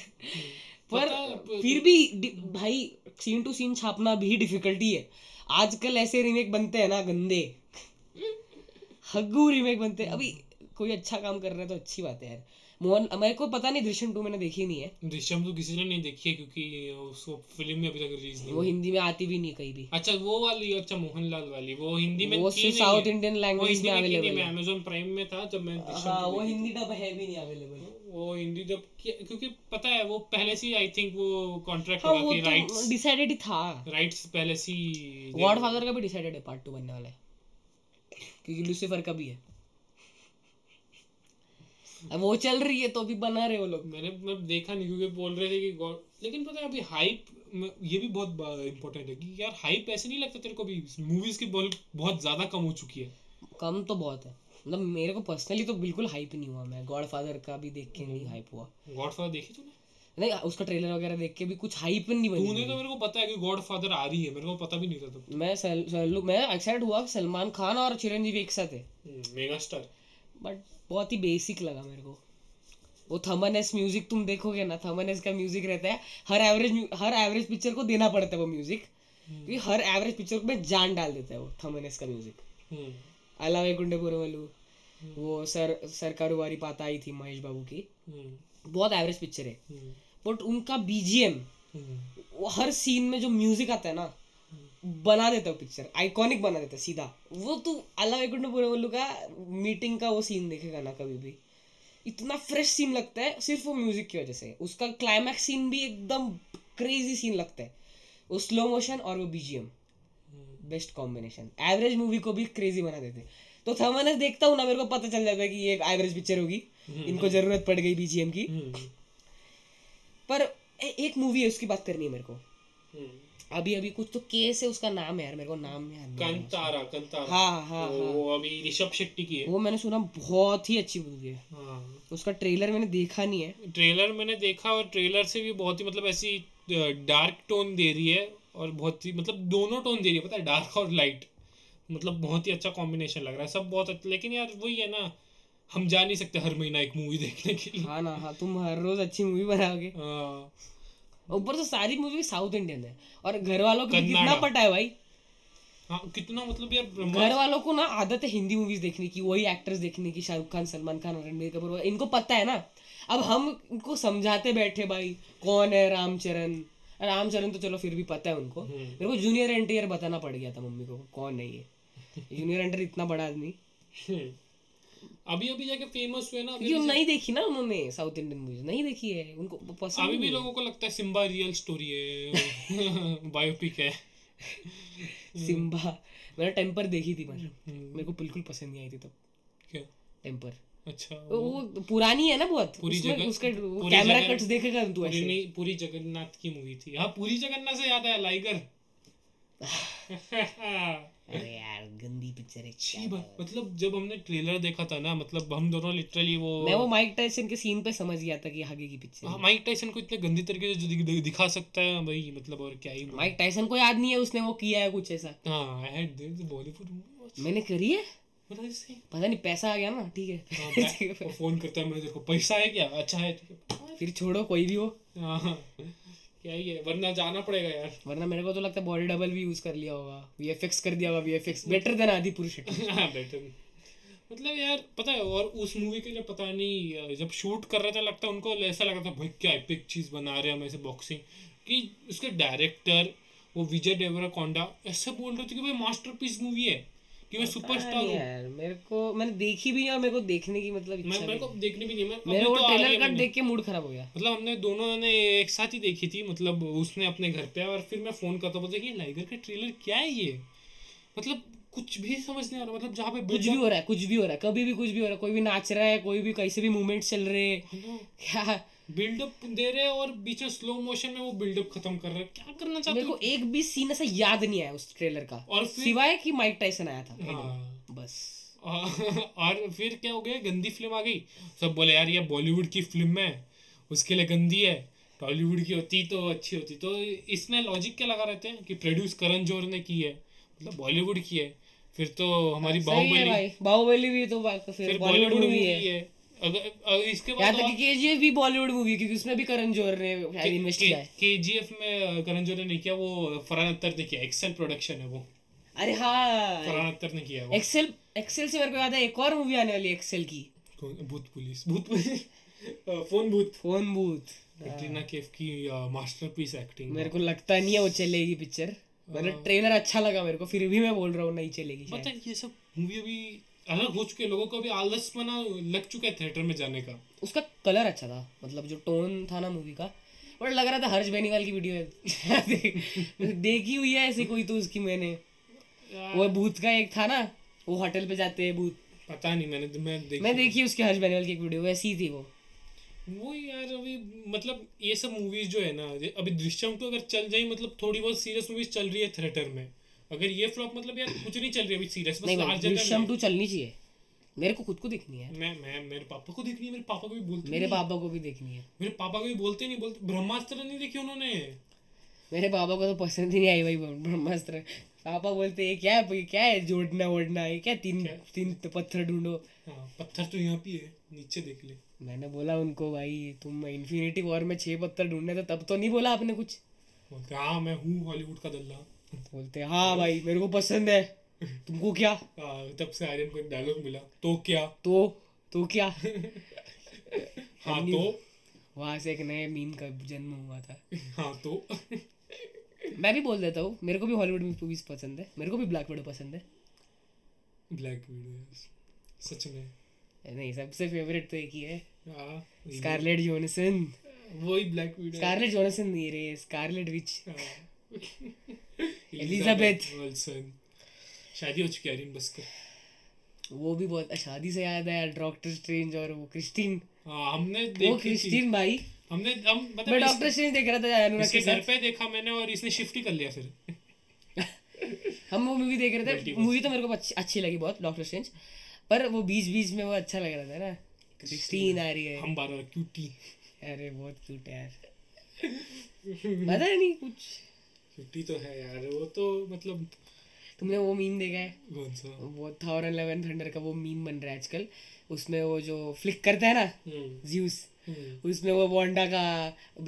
A: पर
B: हम्म। पता है,
A: फिर भी डि- भाई सीन टू सीन छापना भी डिफिकल्टी है आजकल ऐसे रीमेक बनते हैं ना गंदे हग्गू रीमेक बनते हैं अभी कोई अच्छा काम कर रहा है तो अच्छी बात है यार मोहन मेरे को पता नहीं दृश्यम टू मैंने देखी नहीं है
B: दृश्यम तो किसी ने नहीं देखी है क्योंकि उसको फिल्म में अभी तक रिलीज नहीं
A: वो
B: हुई।
A: हिंदी में आती भी नहीं कहीं भी
B: अच्छा वो वाली अच्छा मोहनलाल वाली वो हिंदी में
A: वो
B: की
A: सिर्फ
B: नहीं
A: साउथ
B: है।
A: इंडियन
B: वो
A: लैंग्वेज
B: हिंदी
A: में
B: में की नहीं
A: अवेलेबल
B: मैं
A: है
B: Amazon प्राइम में था जब मैं दृश्यम
A: हाँ
B: को
A: वो
B: देखी
A: हिंदी डब है भी नहीं अवेलेबल
B: थी। वो हिंदी जब की- क्योंकि पता है वो पहले से आई थिंक वो कॉन्ट्रैक्ट
A: हाँ
B: होगा
A: वो
B: कि
A: तो
B: राइट्स
A: डिसाइडेड ही था
B: राइट्स पहले से ही दे-
A: गॉडफादर का भी डिसाइडेड है पार्ट टू बनने वाला है क्योंकि लूसीफर का भी है अब वो चल रही है तो भी बना रहे वो लोग
B: मैंने मतलब देखा नहीं क्योंकि बोल रहे थे कि गॉड लेकिन पता है अभी हाइप ये भी बहुत इंपॉर्टेंट है कि यार हाइप ऐसे नहीं लगता तेरे को भी मूवीज की बॉल बहुत ज्यादा कम हो चुकी है
A: कम तो बहुत है मतलब मेरे को पर्सनली तो बिल्कुल हाइप नहीं हुआ मैं गॉडफादर का भी देख के
B: हम्म।
A: नहीं हाइप हुआ
B: गॉडफादर देखी तूने
A: नहीं उसका ट्रेलर वगैरह देख के भी कुछ हाइप नहीं बनी
B: तूने तो मेरे को पता है कि गॉडफादर आ रही है मेरे को पता भी नहीं था तो
A: मैं सल, सल्लू मैं एक्साइट हुआ कि सलमान खान और चिरंजीवी एक साथ है
B: मेगा स्टार
A: बट बहुत ही बेसिक लगा मेरे को वो थमन एस म्यूजिक तुम देखोगे ना थमन एस का म्यूजिक रहता है हर एवरेज हर एवरेज पिक्चर को देना पड़ता है वो म्यूजिक कि हर एवरेज पिक्चर में जान डाल देता है वो थमनेस का म्यूजिक
B: हम्म,
A: अला वैकुंठ पुरवलु वो सर सरकारों वारी पाता आई थी महेश बाबू की बहुत एवरेज पिक्चर है बट उनका बीजीएम वो हर सीन में जो म्यूजिक आता है ना बना देता है पिक्चर आइकॉनिक बना देता है सीधा वो तू अल्लाह वैकुंठ पुरवलु का मीटिंग का वो सीन देखेगा ना कभी भी इतना फ्रेश सीन लगता है सिर्फ वो म्यूजिक की वजह से उसका क्लाइमैक्स सीन भी एकदम क्रेजी सीन लगता है वो स्लो मोशन और वो BGM best combination average movie को भी क्रेजी बना देते हैं। तो थर्मनस देखता हूँ ना मेरे को पता चल जाता है कि ये एक एवरेज पिक्चर होगी इनको जरूरत पड़ गई बीजीएम की पर ए, एक मूवी है उसकी बात करनी है मेरे को अभी अभी कुछ तो केस है उसका नाम है यार मेरे को नाम याद नहीं आ रहा।
B: कंतारा कंतारा
A: हाँ हाँ
B: वो
A: हाँ
B: वो अभी ऋषभ शेट्टी की है
A: वो मैंने सुना बहुत ही अच्छी मूवी है
B: हाँ
A: उसका ट्रेलर मैंने देखा नहीं है
B: ट्रेलर मैंने देखा और ट्रेलर से भी बहुत ही मतलब ऐसी डार्क टोन दे रही है और बहुत ही मतलब दोनों टोन दे रही है पता है डार्क और लाइट मतलब बहुत ही अच्छा कॉम्बिनेशन लग रहा है सब बहुत अच्छा लेकिन यार वही है ना हम जा नहीं सकते हर महीना एक मूवी देखने के लिए
A: हाँ ना हाँ तुम हर रोज अच्छी मूवी बनाओगे
B: हाँ,
A: ऊपर से सारी मूवी साउथ इंडियन है और घर वालों को भी कितना
B: कन्नाडा।
A: पटा है भाई
B: हाँ कितना मतलब यार
A: घर
B: ब्रह्मा
A: वालों को ना आदत है हिंदी मूवीज देखने की वही एक्टर्स देखने की शाहरुख खान सलमान खान रणबीर कपूर वगैरह। इनको पता है ना अब हम इनको समझाते बैठे भाई कौन है रामचरण रामचरण तो चलो फिर भी पता है उनको मेरे को जूनियर एंटियर बताना पड़ गया था मम्मी को कौन है ये जूनियर एंटियर इतना बड़ा आदमी
B: अभी अभी जाके फेमस हुए ना अभी
A: क्योंकि नहीं देखी ना उन्होंने साउथ इंडियन मूवीज नहीं देखी है उनको पसंद
B: अभी
A: ही
B: भी
A: नहीं है।
B: लोगों को लगता है सिम्बा रियल स्टोरी है बायोपिक है
A: सिम्बा मैंने टेम्पर देखी थी
B: हम्म,
A: मतलब मेरे को बिल्कुल पसंद नहीं आई थी तब
B: क्या
A: टेम्पर
B: अच्छा
A: वो वो पुरानी है ना बहुत
B: पूरी
A: उसमें
B: जगह-
A: उसका वो
B: पूरी
A: कैमरा
B: जगह-
A: कट्स देखेगा तू ऐसे
B: पूरी पूरी जगन्नाथ की मूवी थी हाँ पूरी जगन्नाथ से याद आया लाइगर
A: अरे यार गंदी पिक्चर है
B: छी
A: क्या
B: बा- मतलब जब हमने ट्रेलर देखा था ना मतलब हम दोनों लिटरली वो
A: मैं वो माइक टाइसन के सीन पे समझ गया था कि आगे की पिक्चर
B: हाँ,
A: है।
B: माइक टाइसन को इतने गंदी तरीके से जो दि- दि- दिखा सकता है भाई मतलब और क्या ही
A: माइक टाइसन को याद नहीं है उसने वो किया है कुछ ऐसा
B: हाँ I had this Bollywood movie
A: मैंने करी है
B: व्हाट आई से
A: पता नहीं पैसा आ गया ना ठीक
B: तो वो फोन करता है हाँ, मैं तेरे को पैसा है क्या अच्छा है ठीक है
A: है फिर छोड़ो कोई भी हो
B: हाँ, क्या ही है वरना जाना पड़ेगा यार
A: वरना मेरे को तो लगता है बॉडी डबल भी यूज कर लिया होगा वीएफएक्स कर दिया होगा VFX better than Adipurush
B: हाँ बेटर मतलब यार पता है और उस मूवी के लिए पता नहीं अ, जब शूट कर रहे थे लगता उनको ऐसा लग रहा था भाई क्या एपिक चीज़ बना रहे हैं हम ऐसे बॉक्सिंग कि उसके डायरेक्टर वो विजय देवराकोंडा ऐसे बोल रहे थे कि भाई मास्टरपीस मूवी है कि मैं सुपरस्टार हूँ
A: यार मेरे को मैंने देखी भी नहीं और मेरे को देखने की मतलब
B: मैं
A: इच्छा
B: मेरे को देखने भी नहीं मैं
A: मेरे
B: अभी
A: वो
B: तो आ रही है
A: ट्रेलर कट
B: मैंने।
A: देख के मूड खराब हो गया
B: मतलब हमने दोनों ने एक साथ ही देखी थी मतलब उसने अपने घर पे और फिर मैं फोन करता बोलता कि लाइगर का ट्रेलर क्या है ये मतलब कुछ भी समझ नहीं आ रहा मतलब जहाँ पे
A: कुछ भी हो रहा है कुछ भी हो रहा है कभी भी कुछ भी हो रहा है कोई भी नाच रहा है कोई भी कैसे भी मूवमेंट चल रहे हैं। क्या
B: अच्छा, बिल्डअप दे रहे हैं और बीच में स्लो मोशन में वो बिल्डअप खत्म कर रहे हैं क्या करना चाहते
A: मेरे को
B: हो
A: एक भी सीन ऐसा याद नहीं आया उस ट्रेलर का
B: तो और फिर-
A: सिवाय कि माइक टाइसन आया था
B: हाँ।
A: बस
B: और- और फिर क्या हो गया गंदी फिल्म आ गई सब बोले यार ये बॉलीवुड की फिल्म है उसके लिए गंदी है टॉलीवुड की होती तो अच्छी होती तो इसमें लॉजिक क्या लगा रहते हैं कि प्रोड्यूस करण जोहर ने की है मतलब बॉलीवुड की है फिर तो हमारी
A: सही है
B: बाहुबली
A: भाई बाहुबली भी तो बात- फिर
B: फिर
A: बॉलीवुड मूवी है
B: है तो अगर अगर इसके
A: यहाँ
B: बाद
A: तक कि केजीएफ भी बॉलीवुड मूवी है क्योंकि उसमें भी करण जोहर ने शायद इन्वेस्ट किया है
B: के जी एफ में करण जोहर ने नहीं किया वो फरहान अख्तर ने किया एक्सेल प्रोडक्शन है वो
A: अरे हाँ
B: फरहान अख्तर ने किया है वो
A: एक्सेल एक्सेल से मेरे को याद है एक और मूवी आने वाली है एक्सेल की
B: कौन- भूत पुलिस भूत पुलिस अ, phone Bhoot
A: phone booth
B: Katrina Kaif की मास्टरपीस एक्टिंग
A: मेरे को लगता नहीं है वो चलेगी पिक्चर मतलब ट्रेलर अच्छा लगा मेरे को फिर भी मैं बोल रहा हूँ नहीं चलेगी शायद।
B: पता है ये सब मूवी अभी अलग हो चुके हैं लोगों को अभी आलस बना लग चुका है थिएटर में जाने का
A: उसका कलर अच्छा था मतलब जो टोन था ना मूवी का बट लग रहा था हर्ष बेनीवाल की वीडियो है देखी हुई है ऐसी कोई तो उसकी मैंने वो भूत का एक था ना वो होटल पे जाते हैं भूत
B: पता नहीं मैंने मैं देख
A: मैं देखी उसकी हर्ष बेनीवाल की एक वीडियो वैसी ही थी वो
B: वो यार अभी मतलब ये सब मूवीज जो है ना ये अभी दृश्यम तो अगर चल जाए मतलब थोड़ी बहुत सीरियस मूवीज चल रही है थिएटर में अगर ये फ्लॉप मतलब यार कुछ नहीं चल रही अभी सीरियस बस
A: नहीं भाई,
B: larger than
A: Drishyam
B: life।
A: Two चलनी चाहिए मेरे को खुद को देखनी है
B: मैं मैं मेरे पापा को देखनी है मेरे पापा को भी बोलते
A: मेरे
B: नहीं।
A: पापा को भी देखनी है
B: मेरे पापा को भी बोलते नहीं बोलते ब्रह्मास्त्र नहीं देखी उन्होंने
A: मेरे पापा को तो पसंद ही नहीं आई भाई ब्रह्मास्त्र पापा बोलते ये क्या है ये क्या है जोड़ना वोड़ना ये क्या तीन तीन तो पत्थर ढूंढो
B: हाँ पत्थर तो यहाँ पे ही है नीचे देख ले
A: मैंने बोला उनको भाई तुम इन्फिनिटी वॉर में छह पत्थर ढूंढने थे तब तो नहीं बोला आपने कुछ
B: बोलते हाँ मैं हूँ हॉलीवुड का दल्ला
A: बोलते हैं हाँ भाई मेरे को पसंद है तुमको क्या
B: हाँ, तब से आर्यन को डायलॉग मिला तो क्या
A: तो तो क्या
B: हाँ
A: And
B: तो
A: you- वहाँ से एक नए मीम का जन्म हुआ था
B: हाँ तो
A: मैं भी बोल देता हूँ मेरे को भी हॉलीवुड मूवीज पसंद है मेरे को भी ब्लैक विडो पसंद है
B: ब्लैक वीडियो सच में
A: नहीं सबसे फेवरेट तो एक ही है
B: हाँ
A: स्कारलेट जोनसन
B: वही ब्लैक वीडियो
A: स्कारलेट जोनसन नहीं रे स्कारलेट विच
B: हाँ।
A: Elizabeth.
B: विल्सन शादी हो चुकी है आर्यन बस कर
A: वो भी बहुत शादी से याद है डॉक्टर स्ट्रेंज और वो क्रिस्टीन
B: हाँ हमने
A: वो
B: देखी थी
A: क्रिस्टीन भाई
B: हमने हम
A: मैं
B: मतलब
A: डॉक्टर स्ट्रेंज देख रहा था अनुराग
B: इसके
A: के
B: घर
A: साथ
B: पे देखा मैंने और इसने शिफ्ट ही कर लिया फिर
A: हम वो मूवी देख रहे थे मूवी तो मेरे को अच्छी, अच्छी लगी बहुत डॉक्टर स्ट्रेंज पर वो बीच बीच में वो अच्छा लग रहा था ना क्रिस्टीन आ रही है
B: हम बारह क्यूटी
A: अरे बहुत क्यूट है यार पता नहीं कुछ
B: क्यूटी तो है यार वो तो मतलब
A: तुमने वो मीम देखा है
B: कौन सा
A: वो थॉर इलेवन थंडर का वो मीम बन रहा है आजकल उसमें वो जो फ्लिक करता है ना
B: हम्म,
A: ज्यूस
B: हम्म,
A: उसमें वो वोंडा का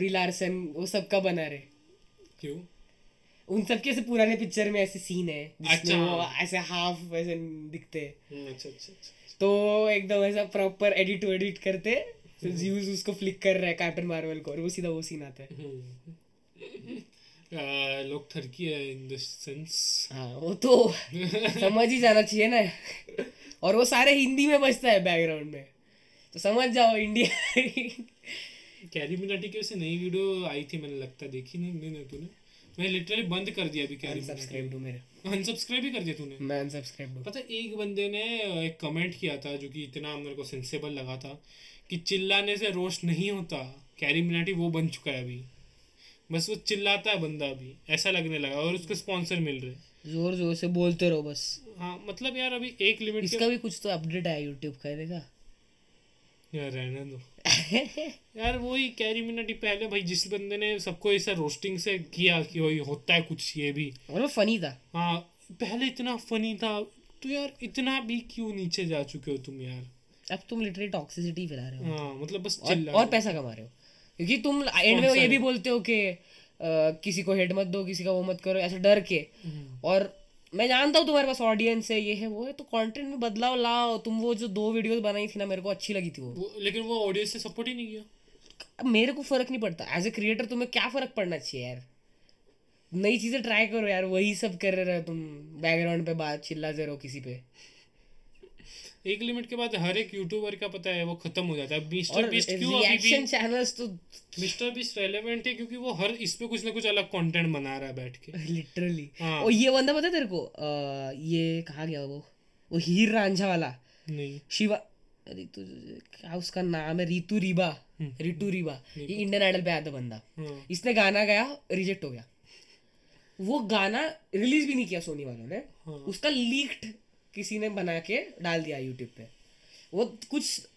A: ब्री लार्सन वो सबका बना रहे
B: क्यों
A: उन सबके ऐसे पुराने पिक्चर में ऐसे सीन है जिसमें
B: अच्छा।
A: वो ऐसे हाफ ऐसे दिखते हैं
B: हम्म, अच्छा अच्छा अच्छा
A: तो एकदम ऐसा प्रॉपर एडिट एडिट करते तो ज्यूस उसको फ्लिक कर रहा है कैप्टन मार्वल को और वो सीधा वो सीन आता है
B: हम्म। Hmm. आ, लोग थरकी है इन द सेंस
A: हाँ वो तो समझ ही जाना चाहिए ना और वो सारे हिंदी में बजता है बैकग्राउंड में तो समझ जाओ इंडिया
B: कैरी मिनाटी की वैसे नई वीडियो आई थी मैंने लगता है, देखी नहीं नहीं नहीं तूने मैं लिटरली बंद कर दिया अभी कैरी मिनाटी
A: अनसब्सक्राइब डू मेरे
B: अनसब्सक्राइब ही कर दिया तूने
A: मैं अनसब्सक्राइब डू
B: पता है, एक बंदे ने अ, एक कमेंट किया था जो कि इतना मेरे को सेंसेबल लगा था कि चिल्लाने से रोस्ट नहीं होता कैरी मिनाटी वो बन चुका है अभी बस वो चिल्लाता है बंदा अभी ऐसा लगने लगा और उसको स्पॉन्सर मिल रहे हैं।
A: जोर जोर से बोलते रहो बस
B: हाँ मतलब यार अभी एक लिमिट
A: इसका भी कुछ तो अपडेट आया यूट्यूब का देखा
B: यार रहने दो यार वही कैरी मिनाटी पहले भाई जिस बंदे ने सबको ऐसा रोस्टिंग से किया कि वही होता है कुछ ये भी
A: और वो फनी था
B: हाँ पहले इतना फनी था तो यार इतना भी क्यों नीचे जा चुके हो तुम यार
A: अब तुम लिटरली टॉक्सिसिटी फैला रहे हो
B: हाँ मतलब बस
A: और,
B: चिल्ला
A: और पैसा कमा रहे हो क्योंकि तुम एंड में ये भी बोलते हो कि अ, किसी को हेड मत दो किसी का वो मत करो ऐसे डर के
B: हम्म।
A: और मैं जानता हूँ तुम्हारे पास ऑडियंस है ये है वो है तो कंटेंट में बदलाव लाओ तुम वो जो दो वीडियोस बनाई थी ना मेरे को अच्छी लगी थी वो
B: वो लेकिन वो ऑडियंस से सपोर्ट ही नहीं किया
A: अब मेरे को फर्क नहीं पड़ता एज ए क्रिएटर तुम्हें क्या फर्क पड़ना चाहिए यार नई चीजें ट्राई करो यार वही सब कर रहे हो तुम बैकग्राउंड पे बात चिल्लाते रहो किसी पे
B: एक लिमिट के बाद हर एक यूट्यूबर का पता है वो खत्म हो जाता है मिस्टर
A: और
B: बीस्ट क्यों अभी भी
A: रिएक्शन चैनल्स तो
B: मिस्टर बीस्ट रेलेवेंट है क्योंकि वो हर इस पे कुछ ना कुछ अलग कंटेंट बना रहा है बैठ के
A: लिटरली
B: हाँ।
A: और ये बंदा पता है तेरे को अ, ये कहाँ गया वो वो हीर रांझा वाला
B: नहीं
A: शिवा रितु क्या उसका नाम है रितु रीबा रितु रीबा ये इंडियन आइडल पे आया था बंदा
B: हाँ।
A: इसने गाना गाया रिजेक्ट हो गया वो गाना रिलीज भी नहीं किया सोनी वालों ने उसका लीक्ड किसी ने बना के डाल दिया यूट्यूब पे वो कुछ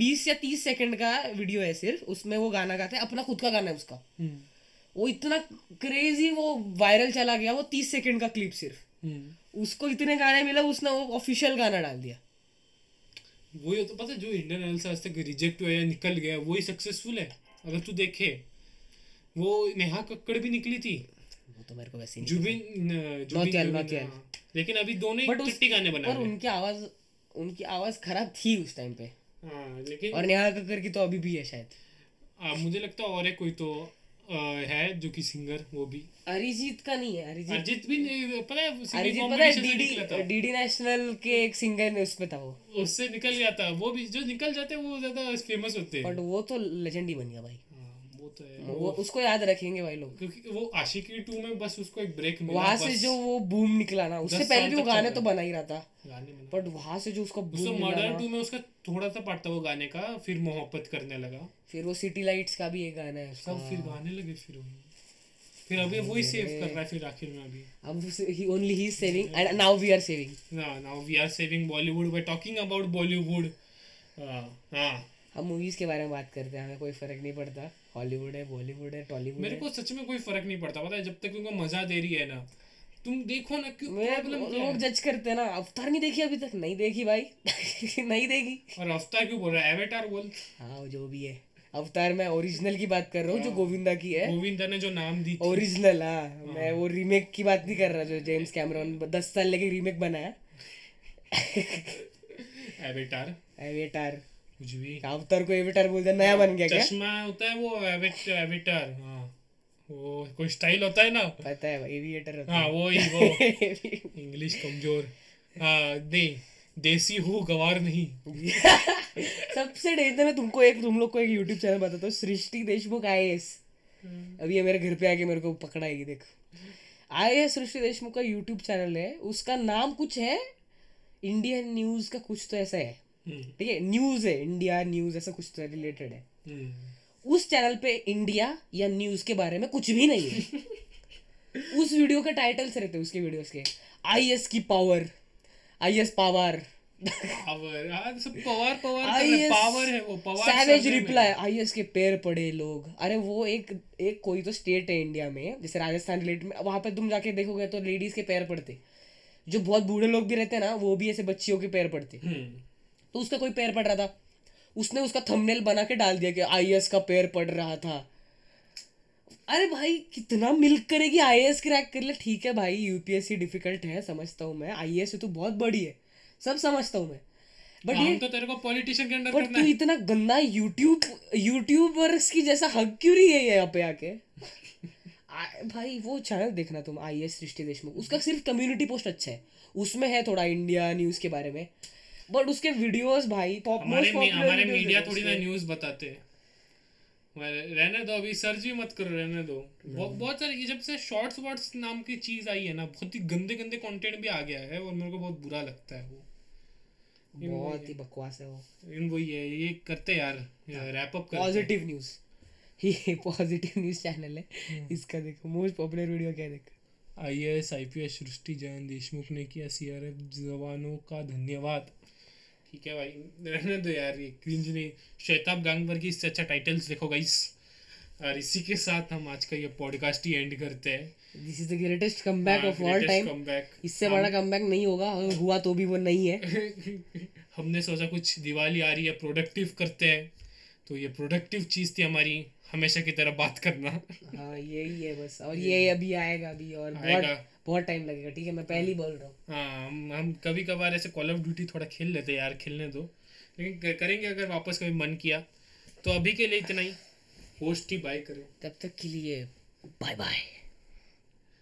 A: बीस या तीस सेकंड का वीडियो है सिर्फ उसमें वो गाना गाते हैं अपना खुद का गाना है उसका
B: हम्म,
A: वो इतना क्रेजी वो वायरल चला गया वो तीस सेकंड का क्लिप सिर्फ
B: हम्म।
A: उसको इतने गाने मिला उसने वो ऑफिशियल गाना डाल दिया
B: वो ये तो पता है जो इंडियन आइडल से आज तक रिजेक्ट हुआ या निकल गया वही सक्सेसफुल है अगर तू देखे वो नेहा कक्कड़ भी निकली थी
A: वो तो मेरे को वैसे नहीं
B: जुबिन न- जुबिन
A: नौटियाल,
B: जुबिन,
A: नौटियाल।
B: हाँ। लेकिन अभी दोनों
A: But
B: ही
A: उस-
B: छुट्टी गाने बना
A: और
B: रहे हैं
A: उनकी आवाज उनकी आवाज खराब थी उस टाइम पे
B: हाँ, लेकिन
A: और नेहा कक्कर की तो अभी भी है शायद
B: आ, मुझे लगता है और एक कोई तो आ, है जो कि सिंगर वो भी
A: अरिजीत का नहीं है अरिजीत
B: अरिजीत भी नहीं- पता है सिंगिंग
A: अरिजीत पता है
B: कॉम्पिटिशन हाँ, से निकला था
A: डीडी डीडी नेशनल के एक सिंगर में उसमें था वो
B: उससे निकल गया था वो भी जो निकल जाते हैं वो ज्यादा फेमस होते हैं
A: बट वो तो लेजेंड ही बन गया भाई
B: हाँ, वो तो है
A: वो उसको याद रखेंगे भाई लोग
B: क्योंकि वो आशिकी टू में बस उसको एक ब्रेक मिला
A: वहां से
B: बस
A: जो वो बूम निकला ना उससे
B: दस
A: पहले
B: साल
A: भी वो
B: तक चला
A: गाने
B: है।
A: तो बना ही रहा था
B: गाने में
A: बट वहां से जो उसको
B: उसको
A: बूम मिला
B: मर्डर
A: ना,
B: टू में उसका थोड़ा सा पार्ट था वो गाने का फिर मोहब्बत करने लगा
A: फिर वो सिटी लाइट्स का भी एक गाना है उसका
B: सब फिर गाने लगे फिर वो फिर अभी वही सेव कर रहा है फिर आखिर में अभी
A: अब ही ओनली ही saving and now we are saving
B: ना now we are saving Bollywood we talking about Bollywood हाँ
A: हम मूवीज के बारे में बात करते हैं हमें कोई फर्क नहीं पड़ता हॉलीवुड है बॉलीवुड है टॉलीवुड
B: मेरे
A: है
B: को सच में कोई फर्क नहीं पड़ता पता है जब तक उनको मजा दे रही है ना तुम देखो ना क्यों
A: मेरे
B: प्रॉब्लम मतलब क्या
A: लोग
B: है
A: जज करते हैं ना अवतार नहीं देखी अभी तक नहीं देखी भाई नहीं देखी
B: और अवतार क्यों बोल रहा है एवेटार बोल
A: हाँ वो जो भी है अवतार मैं ओरिजिनल की बात कर रहा
B: हाँ।
A: हूँ जो गोविंदा की है
B: गोविंदा ने जो नाम दी
A: ओरिजिनल हाँ मैं वो रीमेक की बात नहीं कर रहा जो जेम्स कैमरॉन दस साल लेके रीमेक बनाया
B: एवेटार
A: एवेटार
B: कुछ भी
A: अवतार को एवेटार बोल दिया नया बन गया क्या
B: चश्मा होता है वो एवेट एवेटार हाँ वो कोई स्टाइल होता है ना
A: पता है एविएटर होता
B: हाँ वो ही वो इंग्लिश कमजोर हाँ दे देसी हो गवार नहीं
A: है। सबसे डेंजर मैं तुमको एक तुम लोग को एक यूट्यूब चैनल बताता हूँ सृष्टि देशमुख आई अभी ये मेरे घर पे आके मेरे को पकड़ाएगी देख आई सृष्टि देशमुख का यूट्यूब चैनल है उसका नाम कुछ है इंडियन न्यूज़ का कुछ तो ऐसा है
B: हम्म,
A: ठीक है न्यूज़ है इंडिया न्यूज़ ऐसा कुछ तो रिलेटेड है
B: हम्म।
A: उस चैनल पे इंडिया या न्यूज के बारे में कुछ भी नहीं है उस वीडियो के टाइटल्स रहते हैं उसके वीडियोस के आई की power I S power
B: power हाँ सब पावर पावर
A: IS
B: पावर है वो पावर
A: सैवेज रिप्लाई आई के पैर पड़े लोग अरे वो एक एक कोई तो स्टेट है इंडिया में जैसे राजस्थान रिलेटेड में वहां पे तुम जाके देखोगे तो लेडीज के पैर पड़ते जो बहुत बूढ़े लोग भी रहते हैं ना वो भी ऐसे बच्चियों के पैर पड़ते
B: हम्म।
A: तो उसका कोई पैर पड़ रहा था उसने उसका थंबनेल बना के डाल दिया कि आईएएस का पैर पड़ रहा था अरे भाई कितना मिल्क करेगी आईएएस क्रैक कर ले ठीक है भाई यूपीएससी डिफिकल्ट है समझता हूँ मैं आईएएस तो बहुत बड़ी है सब समझता हूँ मैं बट ये
B: हम तो तेरे को पॉलिटिशियन के अंडर
A: पर तू इतना गंदा यूट्यूब यूट्यूबर्स की जैसा हक क्यों रही है ये यहाँ पे आके आ- भाई वो चैनल देखना तुम आई एस सृष्टि देशमुख उसका सिर्फ कम्युनिटी पोस्ट अच्छा है उसमें है थोड़ा इंडिया न्यूज़ के बारे में बट उसके वीडियोस भाई पॉप
B: हमारे
A: मोस्ट
B: मी- हमारे मीडिया
A: पॉपुलर
B: थोड़ी ना न्यूज बताते हैं। हमारे- रहने दो अभी सर्च भी मत करो रहने दो बहुत बहुत सारे ये जब से शॉर्ट्स वर्ड्स नाम की चीज आई है ना बहुत ही गंदे गंदे कंटेंट भी आ गया है और मेरे को बहुत बुरा लगता है वो
A: बहुत ही बकवास है वो
B: लेकिन वो ये ये करते यार रैप अप करते हैं।
A: पॉजिटिव न्यूज़ ये पॉजिटिव न्यूज़ चैनल है
B: हम्म।
A: इसका देखो मोस्ट पॉपुलर वीडियो क्या है देखो
B: आईएएस आईपीएस सृष्टि जयंत देशमुख ने किया सीआरएफ जवानों का धन्यवाद ठीक है भाई रहने दो यार ये क्रिंज नहीं श्वेताब गांगवर की इससे अच्छा टाइटल्स देखो गाइस और इसी के साथ हम आज का ये पॉडकास्ट ही एंड करते हैं
A: this is the greatest comeback
B: हाँ,
A: ऑफ ऑल टाइम
B: comeback.
A: इससे बड़ा कमबैक नहीं होगा और हुआ तो भी वो नहीं है
B: हमने सोचा कुछ दिवाली आ रही है प्रोडक्टिव करते हैं तो ये प्रोडक्टिव चीज़ थी हमारी हमेशा की तरह बात करना
A: हाँ यही है बस और ये अभी आएगा अभी और
B: आएगा।
A: बहुत बहुत टाइम लगेगा ठीक है मैं पहले ही बोल रहा हूँ
B: हाँ हम हम कभी कभार ऐसे कॉल ऑफ ड्यूटी थोड़ा खेल लेते हैं यार खेलने दो लेकिन क- करेंगे अगर वापस कभी मन किया तो अभी के लिए इतना ही होस्ट ही बाय करें
A: तब तक के लिए बाय बाय